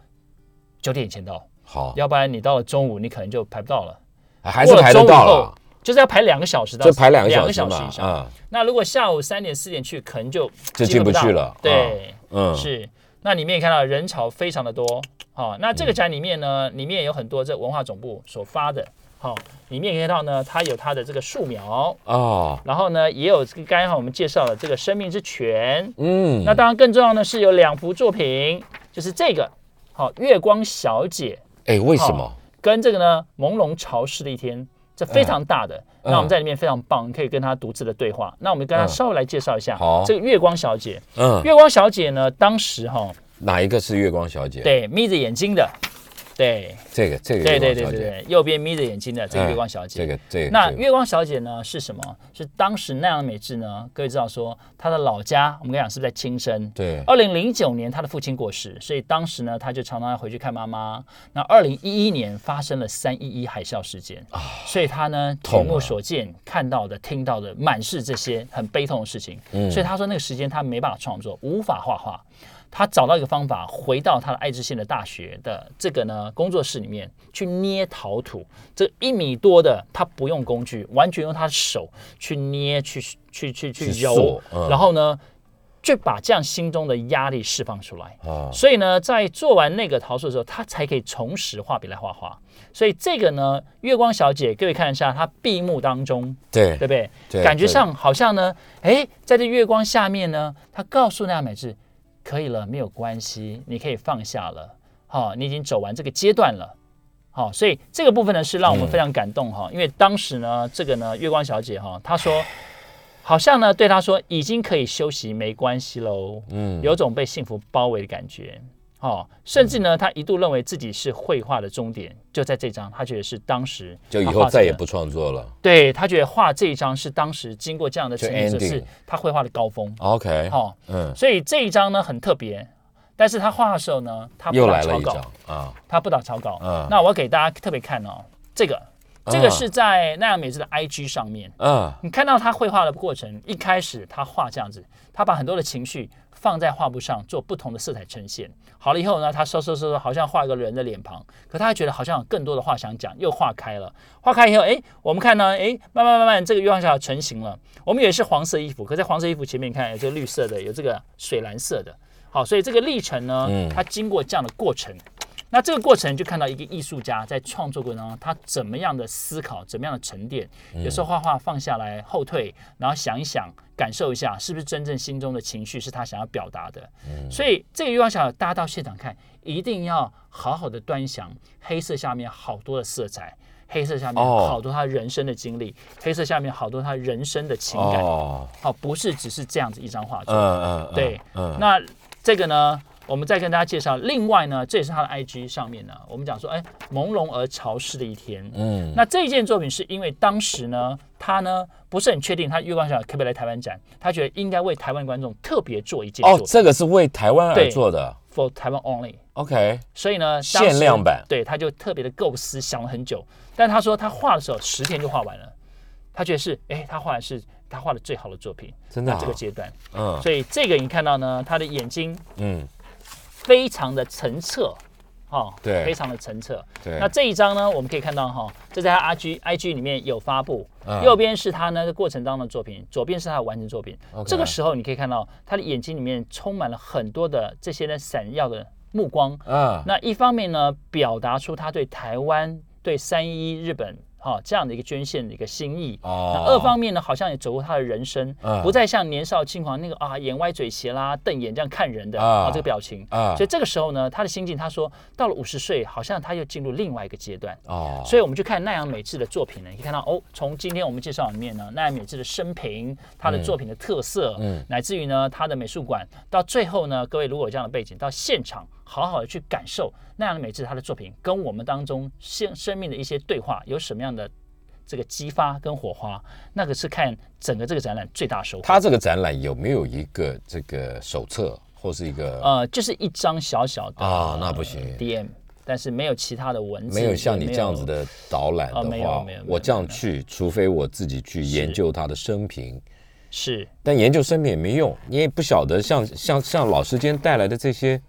[SPEAKER 3] 九点以前到，
[SPEAKER 2] 好，
[SPEAKER 3] 要不然你到了中午你可能就排不到了，
[SPEAKER 2] 还是排得到
[SPEAKER 3] 过了中午
[SPEAKER 2] 了
[SPEAKER 3] 后，就是要排两个小时到，
[SPEAKER 2] 这排两个
[SPEAKER 3] 两
[SPEAKER 2] 小
[SPEAKER 3] 个
[SPEAKER 2] 时
[SPEAKER 3] 小时
[SPEAKER 2] 嘛
[SPEAKER 3] 以，上。
[SPEAKER 2] 啊，
[SPEAKER 3] 那如果下午三点四点去，可能就
[SPEAKER 2] 就
[SPEAKER 3] 进
[SPEAKER 2] 进不
[SPEAKER 3] 到
[SPEAKER 2] 去了
[SPEAKER 3] 对，
[SPEAKER 2] 嗯，
[SPEAKER 3] 是。那里面也看到人潮非常的多，好、那这个展里面呢，
[SPEAKER 2] 嗯
[SPEAKER 3] 里面有很多这文化总部所发的，好、里面可以看到呢，它有它的这个树苗，
[SPEAKER 2] 哦，
[SPEAKER 3] 然后呢，也有这个刚才我们介绍了这个生命之泉，
[SPEAKER 2] 嗯，
[SPEAKER 3] 那当然更重要呢是有两幅作品，就是这个，好、月光小姐
[SPEAKER 2] 哎，为什么？
[SPEAKER 3] 跟这个呢朦胧潮湿的一天，这非常大的，
[SPEAKER 2] 嗯
[SPEAKER 3] 那我们在里面非常棒，可以跟她独自的对话，那我们跟她
[SPEAKER 2] 嗯
[SPEAKER 3] 稍微来介绍一下，
[SPEAKER 2] 好
[SPEAKER 3] 这个月光小姐，
[SPEAKER 2] 嗯，
[SPEAKER 3] 月光小姐呢，当时哈、
[SPEAKER 2] 哪一个是月光小姐？，
[SPEAKER 3] 对，眯着眼睛的，对，
[SPEAKER 2] 这个这个
[SPEAKER 3] 对
[SPEAKER 2] 月
[SPEAKER 3] 对
[SPEAKER 2] 光
[SPEAKER 3] 对
[SPEAKER 2] 小
[SPEAKER 3] 对
[SPEAKER 2] 姐，
[SPEAKER 3] 对，右边眯着眼睛的这个
[SPEAKER 2] 哎
[SPEAKER 3] 月光小姐。
[SPEAKER 2] 这个这个，
[SPEAKER 3] 那
[SPEAKER 2] 这个
[SPEAKER 3] 月光小姐呢是什么？是当时奈良美智呢，各位知道说她的老家，我们跟你讲是不是在青森？
[SPEAKER 2] 对
[SPEAKER 3] 二零零九年她的父亲过世，所以当时呢，她就常常要回去看妈妈。那二零一一年发生了三一一海啸事件，所以她呢，举
[SPEAKER 2] 痛啊
[SPEAKER 3] 目所见、看到的、听到的，满是这些很悲痛的事情。所以她说那个时间她没办法创作，无法画画。她找到一个方法，回到她的爱知县的大学的这个呢工作室里面去捏陶土，这一米多的，她不用工具，完全用她的手去捏、去去去去
[SPEAKER 2] 去
[SPEAKER 3] 揉
[SPEAKER 2] 塑，嗯
[SPEAKER 3] 然后呢，就把这样心中的压力释放出来。
[SPEAKER 2] 啊，
[SPEAKER 3] 所以呢，在做完那个陶塑的时候，她才可以重拾画笔来画画。所以这个呢，月光小姐，各位看一下，她闭幕当中，
[SPEAKER 2] 对
[SPEAKER 3] 对不对？
[SPEAKER 2] 对
[SPEAKER 3] 感觉
[SPEAKER 2] 对
[SPEAKER 3] 上好像呢，哎，在这月光下面呢，她告诉那样美智，可以了，没有关系，你可以放下了，好、你已经走完这个阶段了。好、所以这个部分呢是让我们非常感动哈、因为当时呢，这个呢，月光小姐哈、她说，好像呢对她说已经可以休息，没关系喽，嗯，有种被幸福包围的感觉，哦，甚至呢，她一度认为自己是绘画的终点，就在这张，她觉得是当时
[SPEAKER 2] 就以
[SPEAKER 3] 她
[SPEAKER 2] 后
[SPEAKER 3] 画这
[SPEAKER 2] 再也
[SPEAKER 3] 个
[SPEAKER 2] 不创作了。
[SPEAKER 3] 对他觉得画这一张是当时经过这样的
[SPEAKER 2] 就
[SPEAKER 3] 成验，就
[SPEAKER 2] ending
[SPEAKER 3] 是他绘画的高峰。
[SPEAKER 2] OK，
[SPEAKER 3] 好、
[SPEAKER 2] 嗯，
[SPEAKER 3] 所以这一张呢很特别，但是他画的时候呢，他不
[SPEAKER 2] 又
[SPEAKER 3] 打
[SPEAKER 2] 来
[SPEAKER 3] 草
[SPEAKER 2] 了一
[SPEAKER 3] 稿，
[SPEAKER 2] 张啊，
[SPEAKER 3] 他不打草稿。
[SPEAKER 2] 嗯
[SPEAKER 3] 那我给大家特别看哦，这个这
[SPEAKER 2] 啊
[SPEAKER 3] 个是在奈良美智的 IG 上面，
[SPEAKER 2] 嗯，
[SPEAKER 3] 你看到他绘画的过程，一开始他画这样子，他把很多的情绪放在画布上，做不同的色彩呈现。好了以后呢，他收收收收，好像画一个人的脸庞，可他还觉得好像有更多的话想讲，又画开了。画开以后，哎，我们看呢，哎，慢慢慢慢这个月光小姐成型了。我们以为是黄色衣服，可在黄色衣服前面看有这个绿色的，有这个水蓝色的。好，所以这个历程呢，
[SPEAKER 2] 嗯
[SPEAKER 3] 它经过这样的过程。那这个过程就看到一个艺术家在创作过程当中，他怎么样的思考，怎么样的沉淀。
[SPEAKER 2] 嗯
[SPEAKER 3] 有时候画画放下来后退，然后想一想，感受一下，是不是真正心中的情绪是他想要表达的。
[SPEAKER 2] 嗯
[SPEAKER 3] 所以这个欲望小大家到现场看，一定要好好的端详黑色下面好多的色彩。黑色下面
[SPEAKER 2] 哦
[SPEAKER 3] 好多他人生的经历黑色下面好多他人生的情感，
[SPEAKER 2] 哦，
[SPEAKER 3] 好、不是只是这样子一张画作。
[SPEAKER 2] 嗯嗯，嗯
[SPEAKER 3] 对，
[SPEAKER 2] 嗯，
[SPEAKER 3] 那这个呢，我们再跟大家介绍。另外呢，这也是他的 IG 上面呢，我们讲说，哎，朦胧而潮湿的一天。
[SPEAKER 2] 嗯，
[SPEAKER 3] 那这一件作品是因为当时呢，他呢不是很确定他月光小姐可不可以来台湾展，他觉得应该为台湾观众特别做一件作
[SPEAKER 2] 哦，
[SPEAKER 3] 品、
[SPEAKER 2] 这个是为台湾而
[SPEAKER 3] 对
[SPEAKER 2] 做的
[SPEAKER 3] for 台湾 only。
[SPEAKER 2] ，OK，
[SPEAKER 3] 所以呢，
[SPEAKER 2] 限
[SPEAKER 3] 当时
[SPEAKER 2] 量版
[SPEAKER 3] 对，他就特别的构思，想了很久。但他说他画的时候十天就画完了，他觉得是，哎，他画的是他画的最好的作品，
[SPEAKER 2] 真的啊
[SPEAKER 3] 那这个阶段。
[SPEAKER 2] 嗯
[SPEAKER 3] 所以这个你看到呢，他的眼睛
[SPEAKER 2] 嗯，
[SPEAKER 3] 非常的澄澈，哦，
[SPEAKER 2] 对
[SPEAKER 3] 非常的澄澈。
[SPEAKER 2] 对，
[SPEAKER 3] 那这一张呢，我们可以看到哈、这在他 IG IG 里面有发布，
[SPEAKER 2] 嗯
[SPEAKER 3] 右边是他那个过程当中的作品，左边是他的完成作品。
[SPEAKER 2] OK
[SPEAKER 3] 这个时候你可以看到他的眼睛里面充满了很多的这些呢闪耀的目光。
[SPEAKER 2] 嗯，
[SPEAKER 3] 那一方面呢，表达出他对台湾、对三一日本。哈、这样的一个捐献的一个心意。
[SPEAKER 2] 哦
[SPEAKER 3] 那二方面呢，好像也走过他的人生，
[SPEAKER 2] 嗯
[SPEAKER 3] 不再像年少轻狂那个啊，眼歪嘴斜啦，瞪眼这样看人的
[SPEAKER 2] 啊
[SPEAKER 3] 啊这个表情。
[SPEAKER 2] 啊
[SPEAKER 3] 所以这个时候呢，他的心境，他说到了五十岁，好像他又进入另外一个阶段。
[SPEAKER 2] 哦，
[SPEAKER 3] 所以我们去看奈良美智的作品呢，你可以看到哦，从今天我们介绍里面呢，奈良美智的生平、他的作品的
[SPEAKER 2] 嗯
[SPEAKER 3] 特色，乃至于呢他的美术馆，到最后呢，各位如果有这样的背景，到现场好好的去感受奈良美智他的作品跟我们当中生生命的一些对话有什么样的这个激发跟火花，那个是看整个这个展览最大收获。
[SPEAKER 2] 它这个展览有没有一个这个手册或是一个
[SPEAKER 3] 呃，就是一张小小的
[SPEAKER 2] 啊那不行
[SPEAKER 3] DM，但是没有其他的文字，
[SPEAKER 2] 没有像你
[SPEAKER 3] 也
[SPEAKER 2] 这样子
[SPEAKER 3] 没有。
[SPEAKER 2] 的导览
[SPEAKER 3] 哦
[SPEAKER 2] 的
[SPEAKER 3] 没有
[SPEAKER 2] 话
[SPEAKER 3] 没有没，有
[SPEAKER 2] 我这样去，除非我自己去研究他的生平，
[SPEAKER 3] 是
[SPEAKER 2] 但研究生平也没用，你也不晓得像像像老师今天带来的这些，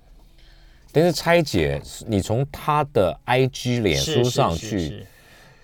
[SPEAKER 2] 但是拆解，你从他的 IG 脸
[SPEAKER 3] 是
[SPEAKER 2] 书
[SPEAKER 3] 是
[SPEAKER 2] 上
[SPEAKER 3] 是
[SPEAKER 2] 去
[SPEAKER 3] 是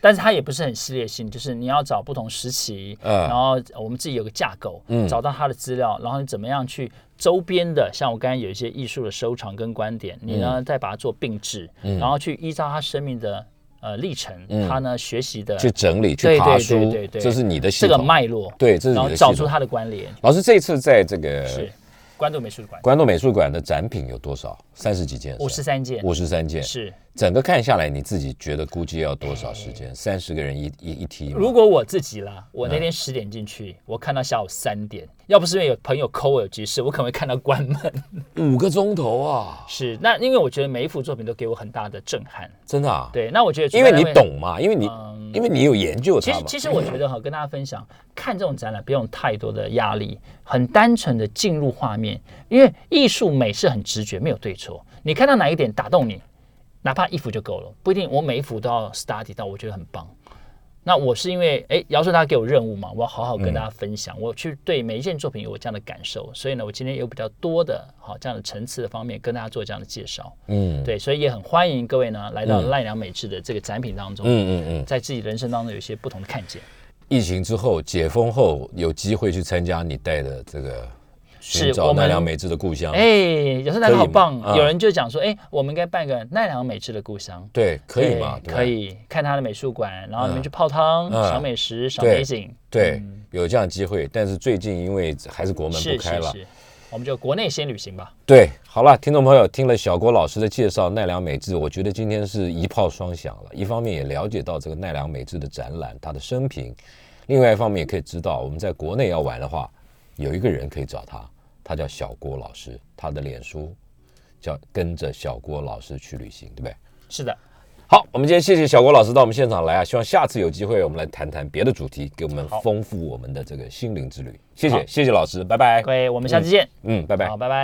[SPEAKER 3] 但是它也不是很系列性，就是你要找不同时期，
[SPEAKER 2] 嗯
[SPEAKER 3] 然后我们自己有个架构，找到它的资料，然后你怎么样去周边的，像我刚才有一些艺术的收藏跟观点，你呢
[SPEAKER 2] 嗯
[SPEAKER 3] 再把它做并置，然后去依照他生命的呃历程，他呢学习的
[SPEAKER 2] 嗯去整理、去
[SPEAKER 3] 对
[SPEAKER 2] 爬
[SPEAKER 3] 对
[SPEAKER 2] 书
[SPEAKER 3] 对对，对，
[SPEAKER 2] 这是你的系
[SPEAKER 3] 这个
[SPEAKER 2] 统。
[SPEAKER 3] 脉络，
[SPEAKER 2] 对这是你的
[SPEAKER 3] 然后
[SPEAKER 2] 系
[SPEAKER 3] 找
[SPEAKER 2] 统
[SPEAKER 3] 出它的关联，
[SPEAKER 2] 老师这次在这个
[SPEAKER 3] 是关渡美术馆
[SPEAKER 2] 关渡美术馆的展品有多少？三十几件是吧，
[SPEAKER 3] 五十三件，
[SPEAKER 2] 五十三件。
[SPEAKER 3] 是。
[SPEAKER 2] 整个看下来，你自己觉得估计要多少时间？三十个人一一一梯吗，
[SPEAKER 3] 如果我自己啦，我
[SPEAKER 2] 嗯
[SPEAKER 3] 那天十点进去，我看到下午三点，要不是因为有朋友 call 我有急事，我可能会看到关门。
[SPEAKER 2] 五个钟头啊，
[SPEAKER 3] 是，那因为我觉得每一幅作品都给我很大的震撼。
[SPEAKER 2] 真的啊。，
[SPEAKER 3] 对，那我觉得主
[SPEAKER 2] 因为
[SPEAKER 3] 办
[SPEAKER 2] 你
[SPEAKER 3] 单位。
[SPEAKER 2] 懂嘛，因为你因为你有研究
[SPEAKER 3] 嗯其
[SPEAKER 2] 它
[SPEAKER 3] 实，
[SPEAKER 2] 嘛。
[SPEAKER 3] 其实我觉得哈，跟大家分享，看这种展览不用太多的压力，很单纯的进入画面，因为艺术美是很直觉，没有对错。你看到哪一点打动你，哪怕一幅就够了，不一定我每一幅都要 study 到，我觉得很棒。那我是因为哎，姚顺他给我任务嘛，我要好好跟大家分享，我去对每一件作品有我这样的感受，所以呢，我今天有比较多的好这样的层次的方面跟大家做这样的介绍，
[SPEAKER 2] 嗯
[SPEAKER 3] 对，所以也很欢迎各位呢来到奈良美智的这个展品当中，
[SPEAKER 2] 嗯嗯嗯，
[SPEAKER 3] 在自己人生当中有一些不同的看见。
[SPEAKER 2] 疫情之后解封后有机会去参加你带的这个寻
[SPEAKER 3] 我
[SPEAKER 2] 找
[SPEAKER 3] 们
[SPEAKER 2] 奈良美智的故乡。
[SPEAKER 3] 哎，有时候大家好棒
[SPEAKER 2] 可以吗，啊
[SPEAKER 3] 有人就讲说，哎，我们应该办个奈良美智的故乡。
[SPEAKER 2] 对，可以嘛？
[SPEAKER 3] 对
[SPEAKER 2] 对吧
[SPEAKER 3] 哎可。以看他的美术馆，然后你
[SPEAKER 2] 嗯
[SPEAKER 3] 们去泡汤、
[SPEAKER 2] 嗯
[SPEAKER 3] 赏美食、赏
[SPEAKER 2] 对
[SPEAKER 3] 美景，
[SPEAKER 2] 对，有这样的机会，但是最近因为还是国门不
[SPEAKER 3] 嗯是
[SPEAKER 2] 开
[SPEAKER 3] 是
[SPEAKER 2] 了。
[SPEAKER 3] 是，我们就国内先旅行吧。
[SPEAKER 2] 对，好了，听众朋友，听了小郭老师的介绍，奈良美智，我觉得今天是一炮双响了。一方面也了解到这个奈良美智的展览，他的生平；另外一方面也可以知道，我们在国内要玩的话，有一个人可以找他，他叫小郭老师，他的脸书叫跟着小郭老师去旅行，对不对？
[SPEAKER 3] 是的，
[SPEAKER 2] 好，我们今天谢谢小郭老师到我们现场来啊，希望下次有机会我们来谈谈别的主题，给我们丰富我们的这个心灵之旅。谢谢，谢谢老师，拜拜
[SPEAKER 3] 各。位，我们下次见。
[SPEAKER 2] 哎嗯，拜拜。
[SPEAKER 3] 好，拜拜。